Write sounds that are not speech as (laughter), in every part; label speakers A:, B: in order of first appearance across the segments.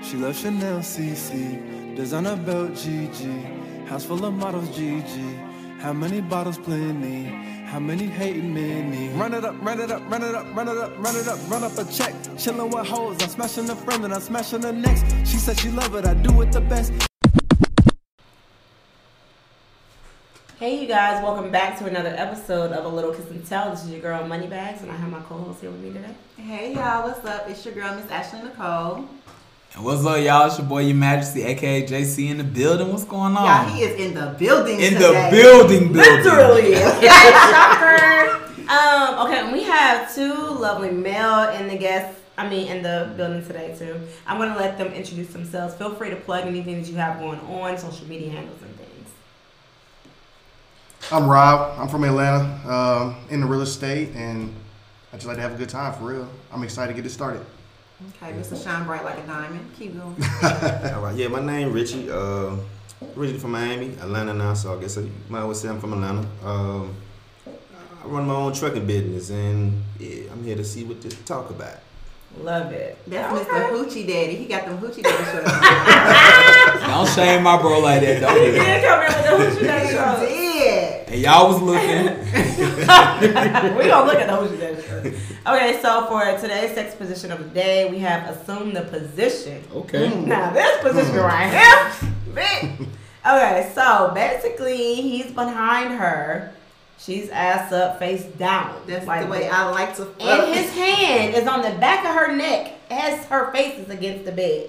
A: She loves Chanel CC, designer belt GG, house full of models GG. How many bottles plenty? How many hating many? Run it up, run it up, run it up, run it up, run it up, run up a check. Chilling with hoes, I'm smashing a friend and I'm smashing the next. She said she love it, I do it the best.
B: Hey, you guys, welcome back to another episode of A Little Kiss and Tell. This is your girl Moneybags, and I have my co host here with me today.
C: Hey y'all, what's up? It's your girl, Miss Ashley Nicole.
D: And what's up, y'all? It's your boy, Your Majesty, aka JC, in the building. What's going on?
C: Y'all, he is in the building.
D: Oh. in
C: today.
D: the building, building. (laughs)
B: Shocker! Um, okay, we have two lovely male in the guest, I mean, in the building today, too. I'm going to let them introduce themselves. Feel free to plug anything that you have going on, social media handles, and things.
E: I'm Rob. I'm from Atlanta, um, in the real estate, and I just like to have a good time for real. I'm excited to get this started.
C: Okay, Mr. Shine Bright Like a Diamond. Keep
D: (laughs)
C: going.
F: All right, yeah, my name Richie. Uh, originally from Miami, Atlanta now, so I guess I might always say I'm from Atlanta. Um, I run my own trucking business, and yeah, I'm here to see what to talk about.
B: Love it.
C: That's
B: Okay.
C: Mr. Hoochie Daddy. He got them Hoochie Daddy
B: (laughs)
C: shorts. on.
D: Don't shame my bro like that,
B: He
D: don't
C: (laughs)
D: you?
B: did come here with the Hoochie Daddy
C: He
B: show.
C: did.
D: And y'all was looking.
B: we don't look at the Hoochie Daddy show. Okay, so for today's sex position of the day, we have assume the position.
D: Okay.
B: Now this
D: Hmm.
B: position right here, bitch. Okay, so basically he's behind her. She's ass up, face down.
C: That's
B: Like
C: the way I like to.
B: And his hand is on the back of her neck as her face is against the bed,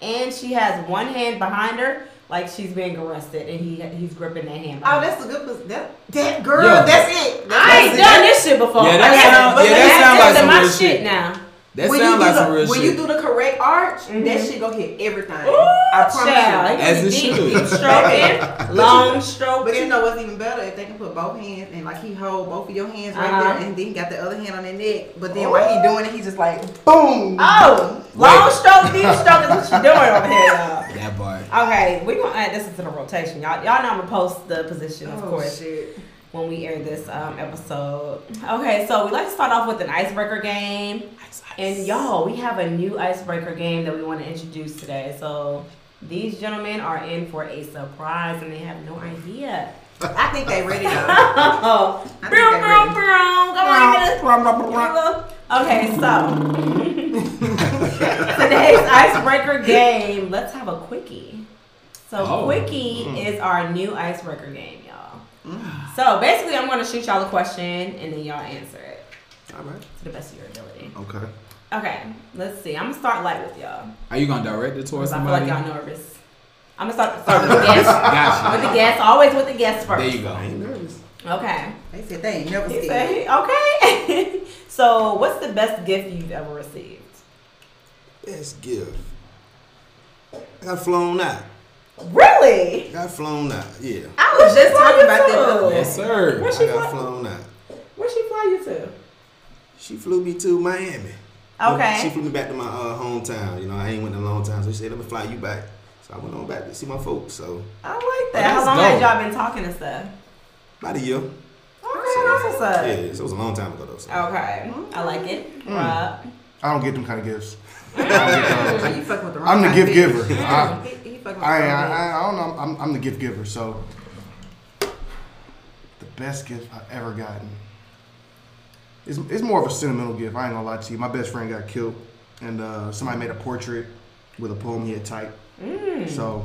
B: and she has one hand behind her like she's being arrested, and he he's gripping that hand.
C: (laughs) Oh, that's a good pos- that that girl.
D: Yeah.
C: That's it. That's
B: I ain't
C: it.
B: done this shit before.
D: Yeah, that
B: Okay,
D: sound-
B: but
D: yeah, that
B: that's
D: sound like
B: into
D: some
B: my
D: real
B: shit
D: shit.
B: now.
D: That
C: When
D: sounds
C: you do
D: like
C: the-
D: some real
C: when
D: shit.
C: you do the correct arch, that
B: Mhm.
C: shit gonna hit everything.
B: Ooh,
C: I promise
B: child,
C: you.
B: he
D: As it
B: deep,
D: should.
B: deep
D: (laughs)
B: stroking, long stroking.
C: But you know what's even better if they can put both hands and like he hold both of your hands right
B: Uh-huh.
C: there and then got the other hand on their neck. But then while he doing it, he just like boom.
B: Oh, long stroke, deep stroke is what you doing over here, y'all.
D: that part.
B: Okay, we're gonna add this into the rotation, y'all. Y'all know I'm gonna post the position, of
C: Oh,
B: course,
C: shit.
B: when we air this um, episode. Okay, so we like to start off with an icebreaker game, and y'all, we have a new icebreaker game that we want to introduce today. So these gentlemen are in for a surprise, and they have no idea.
C: I think they ready
B: (laughs)
C: though.
B: Oh,
C: I think
B: broom,
C: they
B: broom,
C: ready.
B: broom. Come on, give it a Okay, so today's icebreaker game. Let's have a quickie. So
D: Oh.
B: quickie is our new icebreaker game, y'all. So basically, I'm gonna shoot y'all a question and then y'all answer it
F: All right.
B: to the best of your ability.
F: Okay.
B: Okay, let's see. I'm gonna start light with y'all
D: Are you gonna direct it towards
B: because I feel like
D: somebody?
B: y'all nervous. I'm gonna start,
D: (laughs)
B: start with the guest.
D: Gotcha.
B: With the guest, always with the guest first.
D: There you go.
F: I ain't nervous.
B: Okay.
C: They said they ain't never
B: He
C: scared.
B: said, he- okay. (laughs) so, what's the best gift you've ever received?
F: Best gift. I got flown out.
B: Really?
F: I got flown out. Yeah.
B: I was
C: just talking about that the other
D: Yes, sir.
B: Where's
F: I
B: she fly?
F: got flown out.
B: Where she fly you to?
F: She flew me to Miami.
B: Okay.
F: She flew me back to my uh, hometown. You know, I ain't went in a long time, so she said, "Let me fly you back." So I went on back to see my folks. So
B: I like
D: Oh,
B: that. How
D: that's
B: long had
D: dope.
B: y'all been talking and stuff?
F: about a year.
B: Okay, that's what's up.
F: Yeah, so it was a long time ago though. So.
B: Oh. Okay, Mm. I like it. Rob.
E: I don't get them kind of gifts.
C: Oh, you fucking with the wrong
E: I'm the
C: kind of
E: gift
C: bitch. (laughs)
E: giver. I,
C: He, he fucking with the
E: I,
C: wrong bitch.
E: I, I don't know. I'm, I'm the gift giver, so the best gift I've ever gotten. It's, it's more of a sentimental gift. I ain't gonna lie to you. My best friend got killed, and uh, somebody made a portrait with a poem he had typed.
B: Mm.
E: So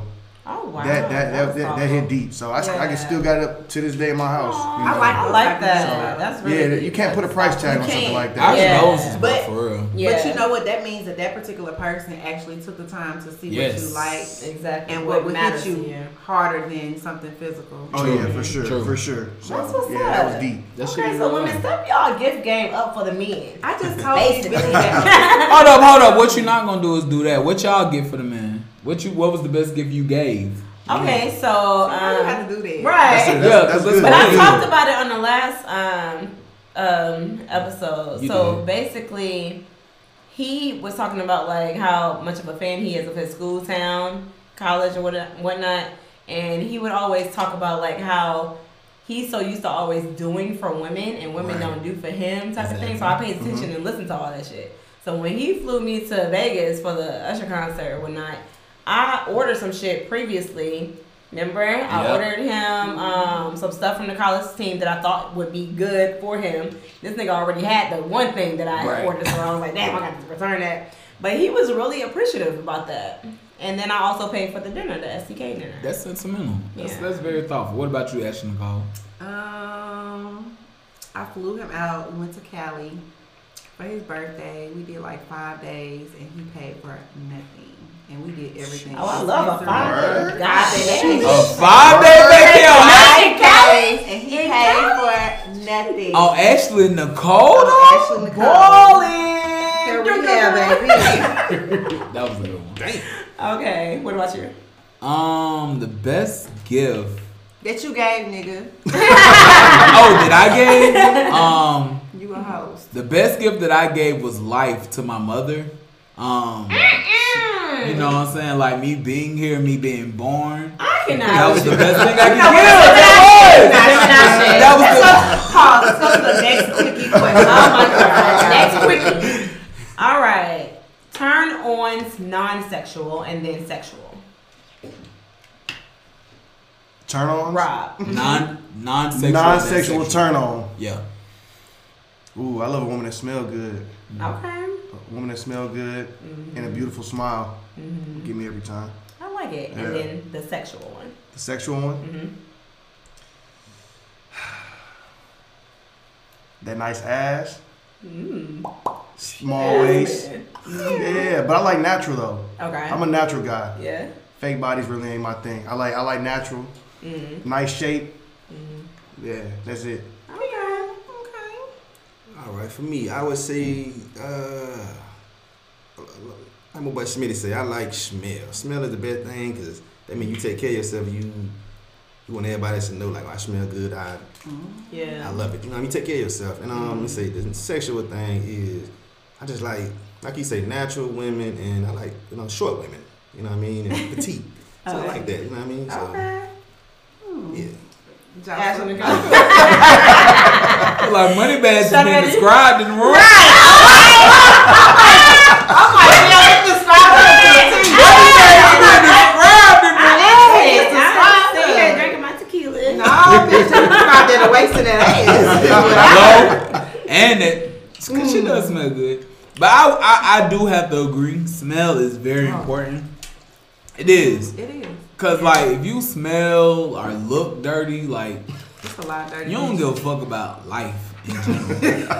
B: Oh wow.
E: that that that,
B: was
E: that, that hit
B: thoughtful.
E: deep. So I, I
B: Yeah.
E: can still got it up to this day in my house. you
B: I
E: know.
B: like I like that.
C: So,
B: that's
E: yeah,
B: really.
E: you can't put a price tag
C: You
E: on something
C: can't.
E: like
D: I
E: that.
D: was
B: Yeah.
D: always about
C: But-
D: for real.
B: Yeah.
C: But you know what? That means that that particular person actually took the time to see what you
D: Yes.
C: like
B: exactly
C: and what would
B: matters
C: hit you
B: to you.
C: harder than something physical.
E: Oh
D: True.
E: yeah, for sure,
D: True.
E: for sure. So,
B: That's what's
E: yeah,
B: up.
E: that was deep.
D: That shit
B: okay,
D: is
B: so
D: real.
B: women, step y'all gift game up for the men. (laughs)
C: I just told you,
B: Basically.
C: bitch, that
B: (laughs)
D: Hold up, hold up. What you not gonna do is do that. What y'all get for the man? What you? What was the best gift you gave?
B: Okay, so um,
C: you have to do that.
B: right.
E: That's,
D: Yeah,
E: that's, that's
D: but
B: (laughs)
E: good.
B: But I
D: Yeah.
B: talked about it on the last um, um, episode.
D: You
B: so
D: did.
B: basically, he was talking about like how much of a fan he is of his school town, college, or what- whatnot. And he would always talk about like how he's so used to always doing for women and women
D: Right. Mm-hmm.
B: don't do for him type of thing. So I paid attention and listened to all that shit. So So when he flew me to Vegas for the Usher concert and whatnot, I ordered some shit previously. Remember, I
D: Yeah.
B: ordered him um, some stuff from the college team that I thought would be good for him. This nigga already had the one thing that I
D: Right.
B: had ordered, so I was like, damn, I got to return that. But he was really appreciative about that. And then I also paid for the dinner, the SDK dinner.
D: That's sentimental. That's,
B: Yeah.
D: that's very thoughtful. What about you, Ashley Nicole?
C: Um, I flew him out. We went to Cali for his birthday. We did like five days, and he paid for nothing. And we did everything.
B: Oh, I love a
F: Word.
B: five. God, damn.
D: A five day vacation
C: Five days, and he paid for nothing.
D: on Oh, Ashley Nicole.
C: Oh,
D: though?
C: Ashley Nicole. Here
D: Ballin'.
C: we are, baby.
D: That was a good one.
B: Okay, what about you?
D: Um, the best
C: (laughs)
D: gift.
C: (laughs) that you gave, nigga.
D: Oh, did I give? Um,
C: You a host.
D: the best gift that I gave was life to my mother. Um, you know what I'm saying? Like me being here, me being born.
B: I cannot.
D: That was the best thing I could give.
B: That
D: That was the-
B: Pause. Let's go to the next quickie question. Oh my god. Next quickie. All right. Turn ons non-sexual and then sexual.
E: Turn on.
B: Rob.
D: Non non-sexual.
E: Non-sexual
D: bisexual.
E: turn on.
D: Yeah.
E: Ooh, I love a woman that smell good.
B: Okay.
E: A woman that smell good and
B: Mm-hmm.
E: a beautiful smile. Give me every time.
B: I like it. And
E: Yeah.
B: then the sexual one. Mm-hmm.
E: The sexual one. That nice ass.
B: Mm-hmm.
E: Small waist. Yeah, but I like natural though.
B: Okay.
E: I'm a natural guy.
B: yeah.
E: Fake bodies really ain't my thing. I like I like natural.
B: Mm-hmm.
E: Nice shape. Yeah, that's it.
B: Okay. Okay.
F: All right, for me, I would say, uh, I'm about Schmidt say, I like smell. Smell is the best thing because that means you take care of yourself. You you want everybody to know, like, I smell good. I I
B: Yeah.
F: love it. You know, what I mean, take care of yourself. And um, let me say the sexual thing is, I just like, like you say, natural women, and I like, you know, short women. You know what I
E: (laughs)
F: mean, and petite. So I
B: Okay.
F: like that. You know what I mean? So
B: Okay.
F: yeah.
C: Jocelyn.
B: Ashley
C: (laughs)
B: (laughs)
D: Feel Like money bags has
B: Shut
D: been
B: it.
D: described in the room.
C: No, bitch, I'm about there to waste
B: (laughs)
C: of that ass.
D: Hello. And it, 'cause she does smell good. But I, I, I do have to agree. Smell is very important. It is.
C: It is.
D: Cause like if you smell or look dirty, like
C: It's a lot of dirty.
D: you don't give a fuck about life in general.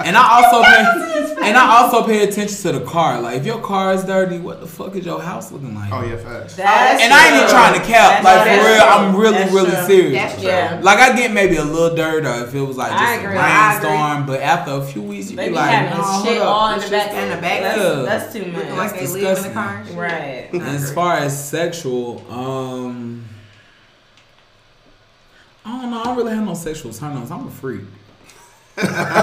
D: and I also pay and I also pay attention to the car. Like if your car is dirty, what the fuck is your house looking like?
E: Oh yeah, facts.
C: That's
D: And I ain't even
C: true.
D: trying to
B: That's
D: cap. like for
B: true.
D: real, I'm really,
B: That's
D: really
B: true.
D: serious.
C: That's true.
B: Yeah.
D: Like I get maybe a little dirt or if it was like just
B: I
D: a
B: agree. I agree.
D: rainstorm, but after a few weeks you
B: They
D: be
B: be
D: like,
B: having
D: nah, hold
B: shit
D: up,
B: all in
D: this
B: the
D: shit's
B: back.
C: in the back.
D: Yeah.
B: That's, that's too
C: Looking
B: much.
C: like
D: That's
C: they live in the
D: disgusting.
C: car. and shit.
B: Right.
C: I
D: As
C: agree.
D: far as sexual, um, I don't know. I don't really have no sexual turn ons. I'm a freak. (laughs)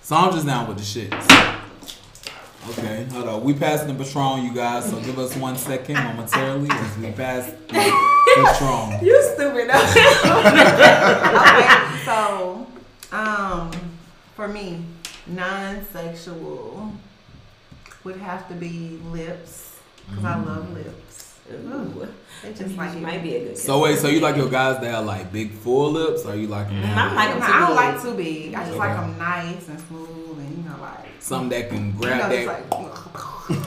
D: so I'm just down with the shits. Okay, hold on. We passing the patron, you guys. So give us one second momentarily as we pass the
B: (laughs)
D: patron.
B: You stupid.
D: (laughs)
C: okay, so um, for me, non-sexual would have to be lips because I love
D: Mm.
C: lips.
B: Ooh.
C: They
B: Just
C: just like it.
B: might be a good.
D: So wait, so you like your guys that have like big full lips, or you like them?
B: And I'm like
C: I don't,
B: 'em
C: I don't
B: too
C: like too big. I just like
D: Okay.
C: them nice and smooth and you know like
D: something that can
C: you know
D: grab
C: just
D: that
C: like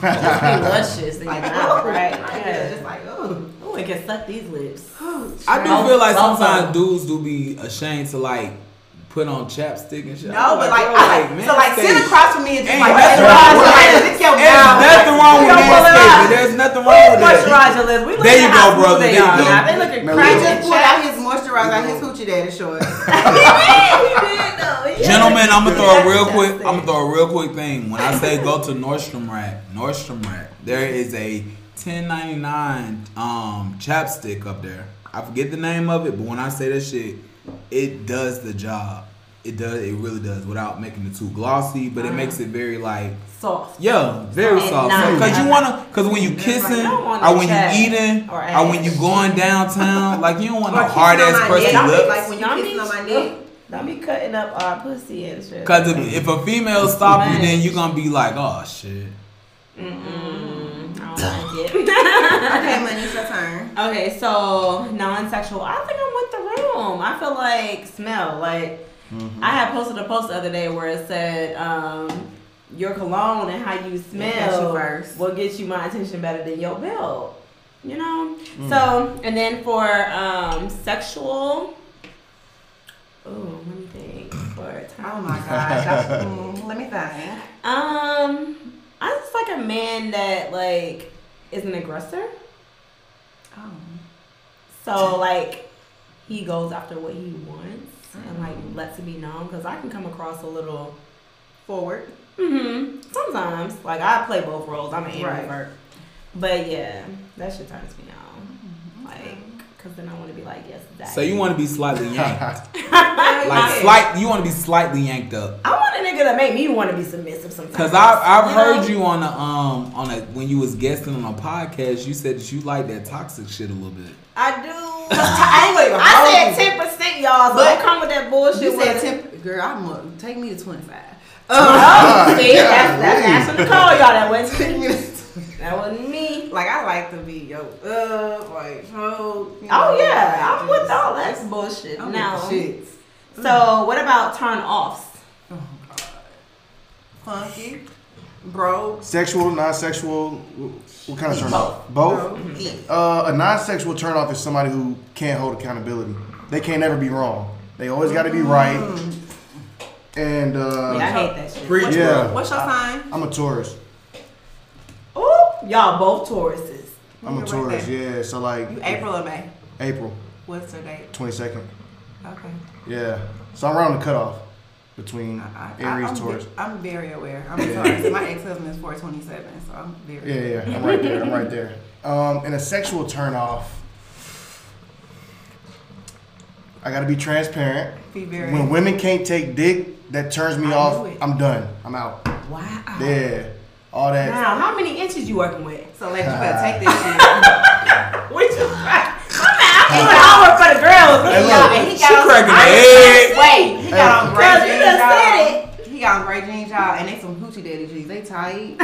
B: Just be
D: (laughs)
B: luscious in your
C: like
B: mouth,
C: oh, (laughs)
B: right?
C: Like, yeah,
B: Yeah.
C: just like oh.
B: Oh, it can suck these lips.
D: I do
B: Both-
D: feel like
B: both
D: sometimes
B: of them.
D: dudes do be ashamed to like put on chapstick and shit.
C: No,
D: I'm
C: but like,
D: bro,
C: I like so like
D: man,
C: sit
D: stay-
C: across from me and just
D: Ain't
C: like
D: nothing
C: massage
D: wrong with
C: like,
D: that.
C: lick your
D: There's
C: mouth.
D: nothing wrong with
C: Don't pull it
D: manscaping.
C: up.
D: There's nothing wrong with that.
B: Moisturize your lips. We
D: There you
B: looking
D: go,
B: how
D: brother.
B: smooth
D: There
B: they
D: you
B: are
D: go.
B: now. They looking
E: Now
C: He
B: crazy.
C: just pulled out his moisturizer out his hoochie daddy shorts.
D: (laughs)
B: he did though. Yeah.
D: Gentlemen, I'm gonna throw a real quick.
B: Chapstick.
D: I'm gonna throw a real quick thing. When I say go to Nordstrom Rack, Nordstrom Rack, there is a 10.99 um chapstick up there. I forget the name of it, but when I say that shit, it does the job. It does. It really does without making it too glossy, but
C: Uh-huh.
D: it makes it very like
B: Soft.
D: Yeah, very
B: Soft.
D: soft.
B: Nah.
D: Because you wanna, because when you kissing,
B: don't want
D: or
B: no
D: when you
B: chest
D: eating,
B: or
D: or, when you
B: ass. (laughs)
D: going downtown, like you don't want
C: Or
D: no
C: kissing
D: hard
C: on
D: ass
C: my
D: crusty
C: neck.
D: lips.
C: Like when you
B: Y'all
C: kissing on
B: need
C: my
B: to-
C: neck,
B: Don't be cutting up our pussy and shit.
D: Cause if, if a female stop you, then you gonna be like, oh shit.
B: Mm-mm. I don't like it.
C: Okay, money, it's your turn.
B: okay, so non-sexual. I think I'm with the room. I feel like smell. Like I had posted a post the other day where it said um, your cologne and how you smell
C: got you first.
B: will get you my attention better than your bill. You know. So and then for um, sexual. Oh, let me think. For time.
C: Oh my gosh.
E: (laughs)
C: I- mm, let me think.
B: Um, I just like a man that like is an aggressor.
C: Oh.
B: So like he goes after what he wants and like lets it be known because I can come across a little
C: Forward.
B: hmm sometimes. Like I play both roles. I'm an
C: Right.
B: introvert, but yeah, that shit turns me on. Like, cause then I want to be like, yes, that.
D: So you want to
B: (laughs)
D: be slightly yanked, like
C: (laughs)
B: like
D: slight. You want to be slightly yanked up.
B: I want a nigga to make me want to be submissive sometimes.
D: Cause I, I've
B: You know?
D: heard you on a um on a when you was guesting on a podcast, you said that you like that toxic shit a little bit.
B: I do. (laughs)
C: I ain't gonna even
B: I said
C: hold
B: ten percent, y'all. So
C: But-
B: don't come with that bullshit.
C: You said
B: with-
C: temp. Girl, I'm gonna take me to 25.
D: (laughs)
B: Oh, see,
E: God,
B: that's, that's
E: really?
B: Ashton Cole, y'all. That wasn't
C: Take me
B: me.
C: to-
D: (laughs)
B: That wasn't me.
C: Like I like to be yo up, like hold. you
B: Oh
C: know,
B: yeah,
C: like,
B: I'm with
C: just-
B: all that bullshit.
C: I'm
B: now,
C: with the shits.
B: so what about turn offs?
C: Funky, bro,
E: Sexual, non-sexual. wh- What kind of turn off?
C: bro,
E: Both.
C: eat.
E: Uh, a non-sexual turn off is somebody who can't hold accountability. They can't ever be wrong. They always got to
C: Mm.
E: be right. And
B: I
E: uh,
B: hate that shit.
D: Preach,
C: What's,
E: yeah.
C: your,
B: Uh,
C: what's your sign?
E: I'm a Taurus.
B: Ooh, y'all both Tauruses.
C: You're
E: I'm a
C: right
E: Taurus.
C: there.
E: Yeah. So like
C: You April or May?
E: April
C: What's her date?
E: 22nd.
C: Okay.
E: Yeah. So I'm around the cutoff between
C: I, I,
E: Aries
C: I'm ve-
E: Taurus.
C: I'm very aware.
E: (laughs)
C: I'm a Taurus. My ex husband is 427, so I'm very.
E: Yeah, yeah, yeah. I'm right there. I'm right there. Um, and a sexual turn off. I gotta be transparent.
C: Be very.
E: When women can't take dick, that turns me
C: I
E: off.
C: knew it.
E: I'm done. I'm out.
B: Wow.
E: Yeah. All that.
B: Now, how many inches you working with?
C: so like you better take
E: (laughs)
C: this shit.
B: Which is right. I'm out hour for the girls.
E: Hey,
C: Yeah,
E: look.
C: and he
D: She
C: got on
D: cracking
C: I
D: her
C: ain't trying to say- Wait, he got on
B: Girl,
C: gray
B: you
C: jeans,
B: done
C: y'all. He got on gray jeans, y'all, and they some hoochie daddy jeans. They tight.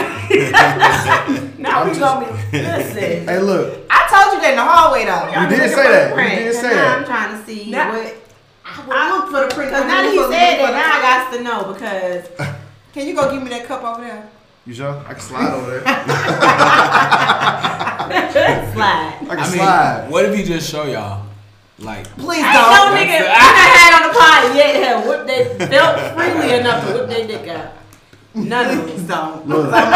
B: Now
E: I'm
B: we
E: just-
B: gonna be listen.
E: Hey, look.
C: I told you that in the hallway though.
E: You did say that. You did say
B: Now I'm
E: that.
B: trying to see
C: Now-
B: what.
C: I look for the print.
B: Because now that he said that, now I got to know because (laughs)
C: Can you go give me that cup over there?
E: You sure? I can slide over there.
B: slide.
E: I can
D: I mean,
E: slide.
D: what if you just show y'all,
B: (laughs)
D: like
C: Please
B: Ain't no
C: don't.
B: nigga I done had on the pot yet have whipped they felt freely enough to whip their dick out. None of
C: Please
B: them.
C: don't.
E: Look.
B: Like,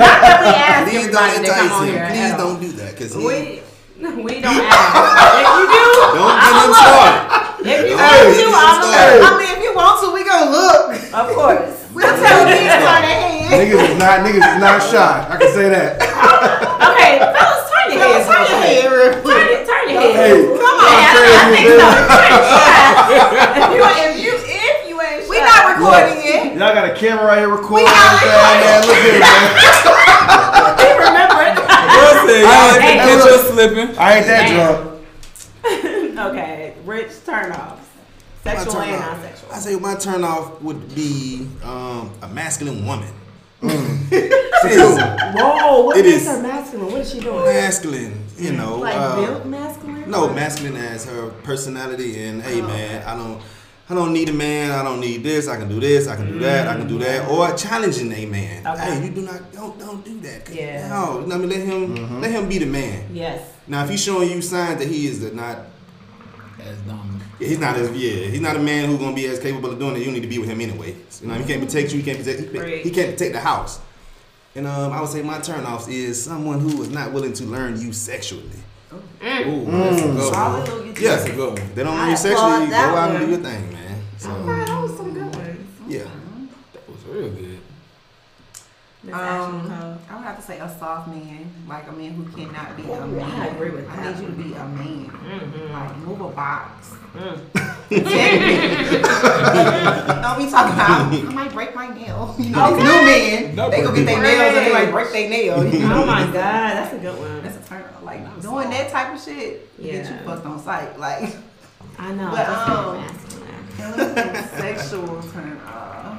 B: not that we ask
F: Please
B: everybody
F: don't
B: to come
F: entice
B: on here.
F: him. Please
B: at all.
F: don't do that, cause he don't
B: We, (laughs) we don't ask. If you do, I'm
F: get him
B: look.
F: started.
B: If you
F: Don't
B: want
F: get
B: to,
F: him
B: I'm
F: started.
C: I mean, if you want to, we gonna look.
B: a Of course.
C: We'll tell you these on the hand.
E: niggas is not niggas is not shy. I can say that.
B: Okay, fellas, turn your heads.
C: Turn
B: real quick.
C: your head real
B: Turn
C: quick.
B: it, turn your head.
E: Hey,
B: come
E: I'm
B: Yeah, I, I
E: crazy,
B: think so. Yeah. (laughs) If you, if you, if you ain't,
C: We
B: shy.
C: not
B: (laughs)
C: recording it.
E: Y'all got a camera right here recording.
C: We got
E: everything, man. Look at it, man.
B: We remember it.
D: Listen, y'all
B: Hey,
D: can catch
E: look.
D: us slipping.
E: I ain't that
B: Damn.
E: drunk.
B: okay, rich turnoffs, sexual
F: My
B: and
F: turn off.
B: non-sexual.
F: I say my turn off would be um, a masculine woman.
E: Mm.
F: (laughs) It's
B: Whoa, Oh, what
F: It
B: makes
F: is-
B: her masculine? What is she doing?
F: masculine, you know.
B: Like
F: uh,
B: built masculine?
F: No, masculine as her personality and
B: Oh,
F: hey man, I don't I don't need a man, I don't need this, I can do this, I can do that, I can do that. Or challenging a man.
B: Mm-hmm. Okay.
F: Hey, you do not don't don't do that. 'Cause
B: Yeah.
F: No, you know what I mean let him let him be the man.
B: Yes.
F: Now if he's showing you signs that he is the not
D: That's dumb.
F: yeah, he's not as yeah. He's not a man who's gonna be as capable of doing it. You need to be with him anyway. You know, he can't protect you. He can't protect. He,
B: Mm-hmm. Right.
F: he can't protect the house. And um, I would say my turnoffs is someone who is not willing to learn you sexually.
D: Ooh, that's a good one.
C: Hallelujah.
F: Yes,
D: That's a good one.
F: they don't
B: I
F: learn you sexually.
B: applaud
F: You go
B: that
F: out and
B: one.
F: do your thing, man.
C: Um,
F: So
B: Alright, that was some good ones.
F: yeah,
D: That was real good.
B: Miss Ashton Cole.
C: Um, (laughs) I would have to say a soft man, like a man who cannot be a
B: Ooh,
C: man.
B: I agree with
C: I
B: that.
C: need you to be a man. Like move a box.
B: Mm.
C: Don't be talking about I might break my nail. You know, these new men,
D: No,
C: they go get
D: break
C: their nails and they like break their
B: (laughs)
C: nail. You
B: Oh
C: know,
B: my god, that's a good one.
C: that's a turn. off. Like doing that type of shit, get
B: Yeah.
C: you fucked on sight. Like,
B: I know.
C: But,
B: that's
C: um,
B: masculine. (laughs)
C: sexual turn off.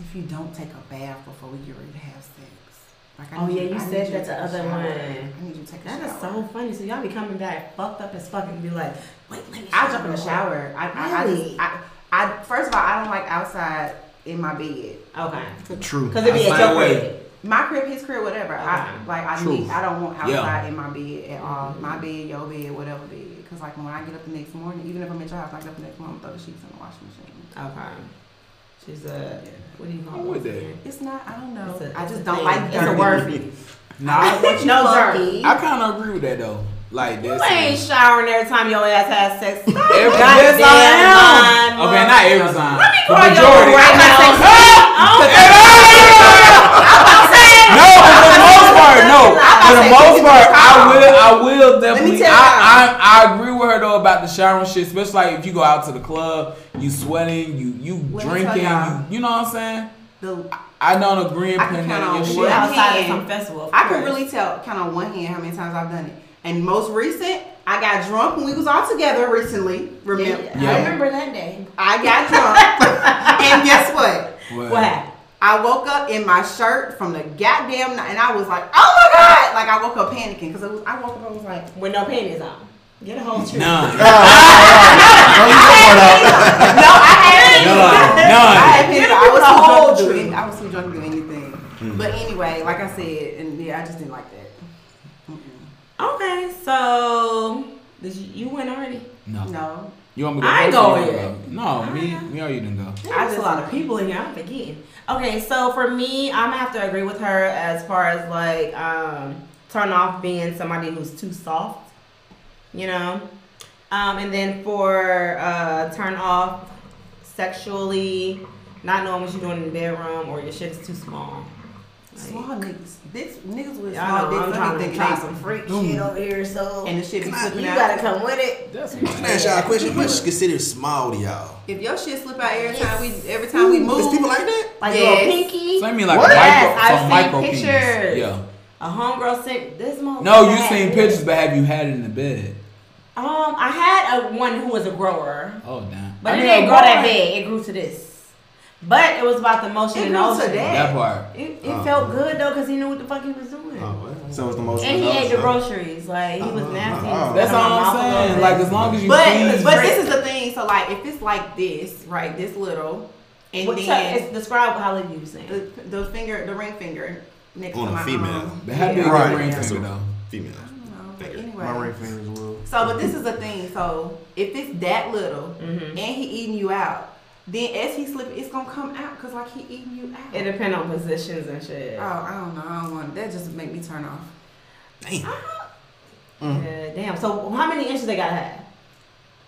C: If you don't take a bath before we get ready to have sex. Like,
B: Oh,
C: need
B: yeah, you
C: I
B: said that
C: need to
B: the
C: take a
B: other
C: shower.
B: one.
C: I need you to take a
B: That is
C: shower.
B: so funny. So y'all be coming back fucked up as fuck and be like, wait, let me.
C: I jump in the shower. I, I, I just,
B: Really?
C: I, I, first of all, I don't like outside in my bed.
B: Okay.
E: True.
B: Because it be
D: That's
B: at your
D: my way.
B: crib.
C: My crib, his crib, whatever. I like. I
E: True.
C: need. I don't want outside
D: Yeah.
C: in my bed at all.
B: Mm-hmm.
C: My bed, your bed, whatever bed. Cause like when I get up the next morning, even if I'm at your house, I get up the next morning, throw the sheets in the washing machine.
B: Okay. She's a. What do you call
D: I'm with
B: it?
D: that.
C: It's not. I don't know.
B: It's a-
C: I
B: it's
C: just
B: a
C: don't
B: thing.
C: like
B: It's a
C: dirty. (laughs)
B: word.
D: Nah, I,
C: What you
B: No
C: funky.
D: I kind of agree with that though. Like
B: You
D: that's
B: ain't showering every time your ass has
C: (laughs)
B: sex. Every (laughs)
D: Every, yes, I am. Okay, not every time.
B: Let me
D: The
B: call your
D: majority.
B: right now.
D: No, for the most part, no. For the most part, I will, I will definitely.
C: tell you.
D: I, I, I agree with her though about the showering shit, especially like if you go out to the club, you sweating, you you
C: Let me
D: drinking,
C: tell y'all.
D: you, you know what I'm saying.
C: The,
D: I don't agree in
C: I can
D: putting
C: count
D: that in
C: on
D: your
B: She
C: one.
D: shit.
B: outside at some festival. of
C: I can
B: course.
C: really tell, kind of one hand, how many times I've done it. And most recent, I got drunk when we was all together recently. Remember?
D: Yeah.
B: I remember that day.
C: I got
B: (laughs)
C: drunk, and guess what?
D: What?
B: What happened?
C: I woke up in my shirt from the goddamn night, and I was like, "Oh my god!" Like I woke up panicking because it was. I woke up, I was like,
B: With no panties on. Get a
D: (laughs)
B: whole truth. (laughs)
D: None.
E: Don't you put one out.
C: "No, I had panties.
D: None.
C: I
D: None.
C: had panties. I was too drunk to do any- I was too drunk to do anything." But anyway, like I said, and yeah, I just didn't like that.
B: Okay, so did you, you win already?
D: No.
C: No,
D: You want me to go?
B: I ain't
D: first or
B: going
D: you
B: yet.
D: go? No, me, me or you didn't go.
B: I just a lot of people in here. I'm forgetting. Okay, so for me, I'm gonna have to agree with her as far as like um, turn off being somebody who's too soft, you know. Um, and then for uh, turn off sexually, not knowing what you're doing in the bedroom or your shit is too small.
C: small niggas. This niggas with
B: I
C: small
B: know, I'm
C: dicks.
B: trying
C: I
B: to
C: think
B: try
C: they
B: some freak shit over here, so
C: and the shit be
B: you
C: slipping
B: gotta
C: out.
B: come with it.
D: That's
F: Can I ask y'all a question? What's considered small to y'all?
C: If your shit slip out every time we every time we move,
F: Is people like that?
B: Like
C: Yes.
B: little pinky.
D: So I mean like
E: What?
D: micro,
B: Yes, I've
D: some
B: seen
D: micro penis.
B: pictures. Oh,
D: Yeah.
B: A homegirl sent this moment.
D: No, you seen pictures, but have you had it in the bed?
B: Um, I had a one who was a grower,
D: Oh damn.
B: but
D: I
B: it
D: mean,
B: didn't
D: a
B: grow that
D: grower-
B: big. It grew to this, but it was about the motion
C: It
B: and
C: grew to
B: all
C: that.
D: That part.
B: It, it felt good though, cause he knew what the fuck he was doing,
E: Oh, So it's the most.
B: and he ate the
E: oh.
F: huh?
B: groceries. Like he was nasty. He was
D: That's
B: putting
D: all
B: my
D: I'm
B: mouth all
D: saying.
B: over.
D: Like as long as you
C: But
D: please-
C: but this is the thing. So like, if it's like this, right, this little, and
B: What- so,
C: then
B: it's- describe how you was saying.
C: the, the finger, the ring finger next
F: On
C: to
F: a
C: my
F: female.
C: arm.
D: But how big
C: Yeah.
D: your
E: Right.
D: ring
F: That's
D: finger
F: a-
D: though?
F: Female.
C: I don't know, but Oh,
F: Finger.
C: anyway.
E: My ring fingers will.
C: So, but this is the thing. So, if it's that little and he eating you out, then as he slipping, it's gonna come out because like he eating you out.
B: It depends on positions and shit.
C: oh, I don't know. I don't want that. Just make me turn off.
B: Yeah, damn. So how many inches they gotta have?
C: I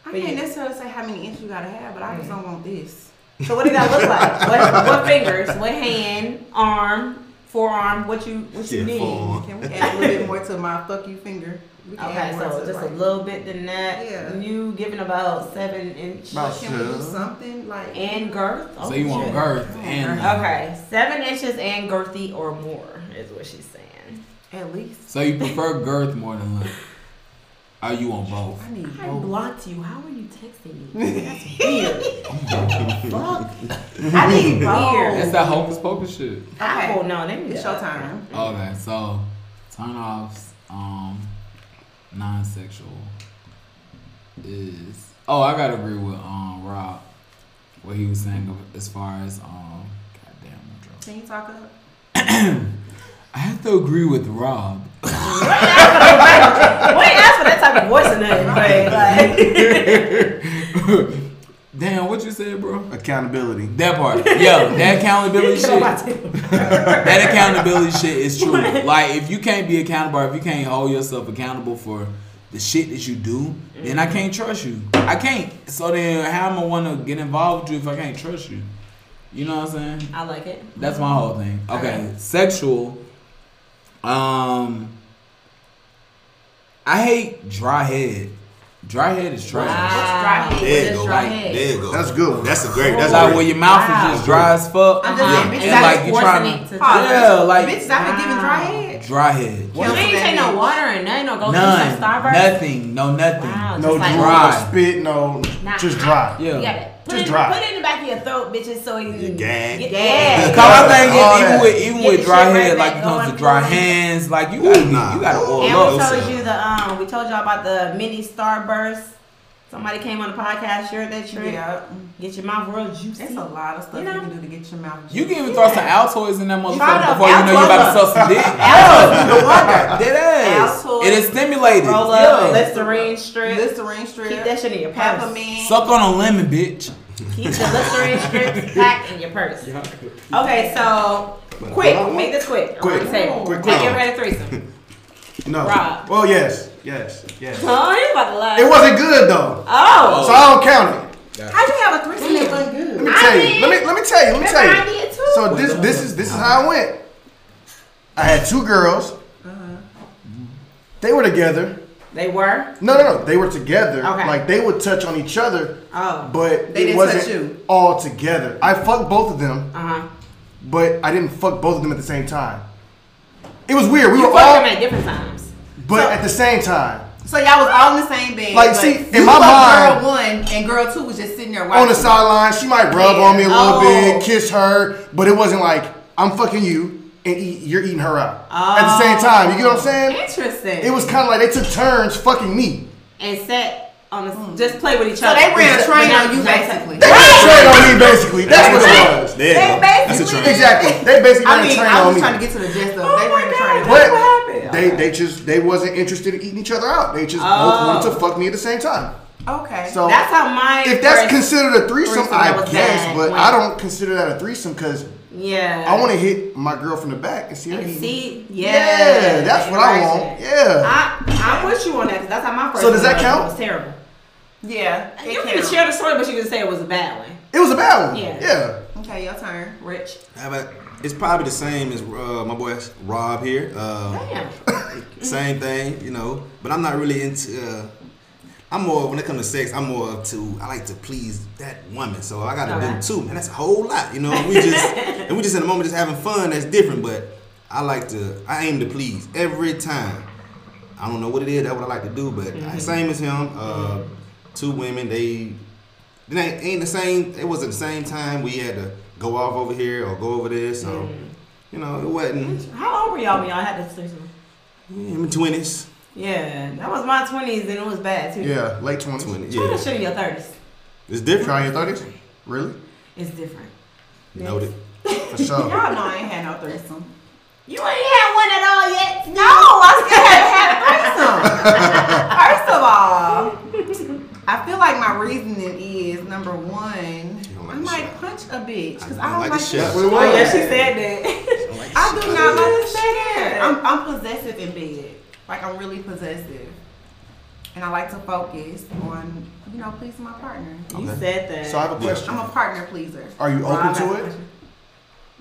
B: But Mm-hmm.
C: can't
B: you-
C: necessarily say how many inches you gotta have, but I just don't want this.
B: So what does that look like? what, what fingers? What hand? Arm? Forearm? What you what you
F: Yeah,
B: need?
F: forearm.
C: Can we add a little bit more to my fuck you finger? We can
B: Okay,
C: add more
B: so
C: to,
B: just a
C: like-
B: little bit than that.
C: Yeah.
B: You giving about seven inch
E: About
C: Can we do
E: Yeah.
C: something like
B: and girth. Oh,
D: So you want
B: shit.
D: girth and
B: Okay, seven inches and girthy or more is what she's saying.
C: at least?
D: So you prefer girth more than length? Or you want both?
C: I need
B: I
C: both.
B: blocked you. How are you texting (laughs) me? That's weird. Fuck.
C: I need
D: That's
B: Oh.
C: both.
D: that hocus pocus shit.
B: Apple, no, they need
C: It's
B: that.
C: showtime.
D: Okay, so turn offs, um, non sexual is. Oh, I gotta agree with um Rob, what he was saying as far as um. Goddamn, I'm drunk.
C: Can you talk up?
D: I have to agree with Rob.
B: We ain't asked for that type of voice in nothing, but like,
D: Damn, what you said, bro?
E: Accountability.
D: That part, yeah, that accountability
B: get on
D: shit.
B: my table.
C: (laughs)
D: that accountability shit is true. Like if you can't be accountable, if you can't hold yourself accountable for the shit that you do, then
C: Mm-hmm.
D: I can't trust you. I can't. So then how am I wanna get involved with you if I can't trust you? You know what I'm saying?
B: I like it.
D: That's my whole thing. Okay.
B: Okay.
D: Sexual. Um I hate dry head. Dry head is trash.
B: Dry head.
F: There
B: Just
F: you go.
B: dry
F: There
B: head.
F: you go.
E: That's a good one.
F: That's a great. That's
D: Like
F: a
D: when
F: great.
D: your mouth
B: Wow.
D: is just dry as fuck.
B: Yeah.
C: I'm just saying,
D: And
C: bitches out
D: like
C: here
D: you trying
C: forcing
D: to,
C: it to.
D: yeah, like
C: Bitches out here giving dry
B: Wow.
C: head.
D: dry head.
B: Yo, they ain't take no water and nothing, no go get some
D: None,
B: Starburst.
D: nothing, no nothing.
B: Wow,
E: No
B: just like-
E: drool,
D: Dry.
E: no spit, no,
B: Nah.
E: just dry.
D: Yeah.
B: You gotta put,
E: Just
B: it,
E: dry.
B: put it in the back of your throat, bitches, so you
F: You gag.
B: Get-
C: Gag.
D: Cause I
E: Yeah,
D: think
E: all
D: even
E: that.
D: with even
B: Get
D: with
B: the
D: dry
B: shit right
D: head,
B: back
D: like it comes
B: going,
D: to dry
B: going.
D: hands, like you
F: Ooh,
D: gotta be,
F: nah.
D: you gotta oil
F: Ooh, nah.
D: up.
B: And we
F: Love
B: told
F: so.
B: you the um, we told y'all about the mini starburst. Somebody came on the podcast, shared that trick.
C: Yeah.
B: Get your mouth real juicy.
C: It's a lot of stuff
B: You
C: you,
B: know?
C: can do to get your mouth.
D: You
C: juicy.
D: can even throw some Altoids in that
B: Try
D: motherfucker
B: the
D: before you know you about to suck some dick. Yeah, no wonder. Dead ass.
C: Altoids,
D: It is stimulated.
B: Roll up,
D: Yeah.
B: Listerine strip.
C: Listerine strip.
B: Keep that shit in your purse.
C: peppermint.
D: Suck on a lemon, bitch.
B: Keep the Listerine strips packed in your purse. Okay, so quick, make this quick.
E: Quick,
B: Around the table.
E: quick,
B: Take
E: quick.
B: it ready threesome.
E: No.
B: Rob.
E: Well, yes, yes, yes.
B: Oh, you about to laugh.
E: It wasn't good though,
B: Oh,
E: so I don't count it.
B: how'd you have a threesome? that wasn't good?
E: Let me
B: I
E: tell
B: did.
E: you. Let me let me tell you. Let me
B: Remember, I
E: tell you.
B: did too.
E: So this this is this is how I went. I had two girls. They were together.
B: they were.
E: No, no, no. They were together.
B: Okay.
E: Like they would touch on each other,
C: Oh.
E: but
C: They
E: it
C: didn't
E: wasn't
C: touch you.
E: all together. I fucked both of them,
B: Uh huh.
E: but I didn't fuck both of them at the same time. It was weird. We
B: You
E: were
B: fucked them
E: all,
B: at different times.
E: but at the same time.
C: So y'all was all in the same bed.
E: Like,
C: but
E: see,
C: you
E: in my
C: loved
E: mind-
C: girl one and girl two was just sitting there watching.
E: on the sideline. She might rub
C: Yeah.
E: on me a little
C: Oh.
E: bit, kiss her, but it wasn't like I'm fucking you and eat, you're eating her out at the same time. You get what I'm saying?
C: Interesting.
E: It was kind of like they took turns fucking me.
B: and sat on the
E: Hmm.
B: just play with each
C: so
B: other.
C: they ran a train
B: But
C: on you
B: not-
C: basically.
E: They ran a train on me basically. That's what it was.
F: There
C: They
F: you go. That's a
C: basically-
F: train.
E: Exactly. They basically
C: I
E: ran a
C: mean,
E: train
C: I
E: on
C: was
E: me.
C: trying to get to the gist of
B: Oh
C: they
B: my
C: ran a
B: God,
C: train.
B: that's
E: but
B: what happened.
E: they they just they wasn't interested in eating each other out. They just
B: Oh.
E: both wanted to fuck me at the same time.
C: Okay.
E: So
B: That's how mine.
E: if that's
B: first-
E: considered a threesome,
B: threesome that
E: I
B: was
E: guess,
B: bad
E: but
B: when-
E: I don't consider that a threesome because
B: yeah.
E: I want to hit my girl from the back and see her eating.
B: see. Yeah.
E: Yeah, that's what I want. Yeah.
B: I I'm with you on that because that's how my first.
E: So does that
B: one was.
E: count?
B: It was terrible.
C: yeah.
B: You
C: It
B: can
C: counts.
B: share the story, but you can say it was a bad one.
E: It was a bad one.
B: Yeah.
E: Yeah.
C: Okay, your turn, Rich.
F: How about- It's probably the same as uh, my boy Rob here. Uh,
B: Damn.
F: same thing, you know. But I'm not really into. Uh, I'm more when it comes to sex. I'm more up to. I like to please that woman, so I got to
B: Alright.
F: do two, man. That's a whole lot, you know. We just and we just in the moment, just having fun. That's different, but I like to. I aim to please every time. I don't know what it is. That's what I like to do, but I- same as him. Uh, two women. They it ain't, ain't the same. It wasn't the same time we had to go off over here or go over there. So
B: Mm-hmm.
F: you know, it wasn't.
B: How old were y'all when y'all had this threesome?
F: In twenties.
B: Yeah, that was my twenties and it was bad too.
E: Yeah. Late 20s.
F: Twenties.
B: Try
F: Yeah.
B: that shit in your thirties.
F: It's different.
E: Trying your 30s? Really?
B: It's different.
F: Noted.
E: For
C: (laughs)
E: sure.
C: Y'all know I ain't had no threesome.
B: You ain't had one at all yet.
C: No, I still haven't (laughs) had a threesome. (laughs) First of all, (laughs) I feel like my reasoning is number one.
F: don't
C: I
F: like the
C: might
F: shot.
C: punch a bitch because
F: I
C: I
F: don't
C: don't
F: like
C: like,
F: the
C: this
F: shot.
C: shit. Oh,
E: Wait, what?
B: Yeah, she said that.
C: I do not like to say that. I'm, I'm possessive in bed. Like I'm really possessive, and I like to focus on you know pleasing my partner.
B: You
F: Okay.
B: said that.
E: So I have a question.
C: I'm a partner pleaser.
E: Are you
B: Rob
E: open
B: has
E: to
B: a
E: it?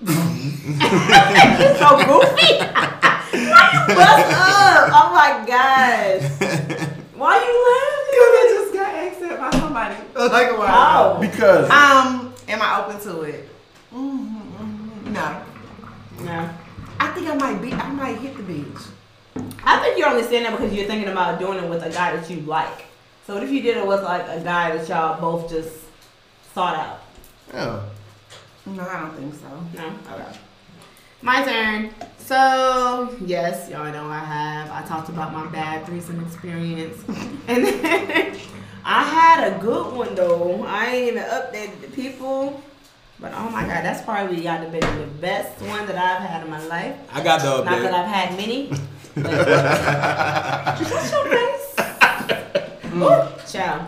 B: (laughs) You're so goofy. (laughs) Why you bust up? Oh my gosh.
E: (laughs)
B: Why you laughing?
C: just got accepted by somebody like a
B: while ago.
E: Because
C: (laughs) Um, am I open to it? Mm-hmm, mm-hmm. No.
B: No.
C: I think I might be. I might hit the bitch.
B: I think you're only saying that because you're thinking about doing it with a guy that you like. So what if you did it with like a guy that y'all both just sought out?
E: yeah.
C: No, I don't think so.
B: No? Okay. My turn. So, yes, y'all know I have. I talked about my bad threesome experience. (laughs) and then I had a good one, though. I ain't even updated the people. But oh my God, that's probably got to be the best one that I've had in my life.
D: I got
B: Not
D: the
B: that
D: update.
B: I've had many. But Shut your face. Ooh, Child.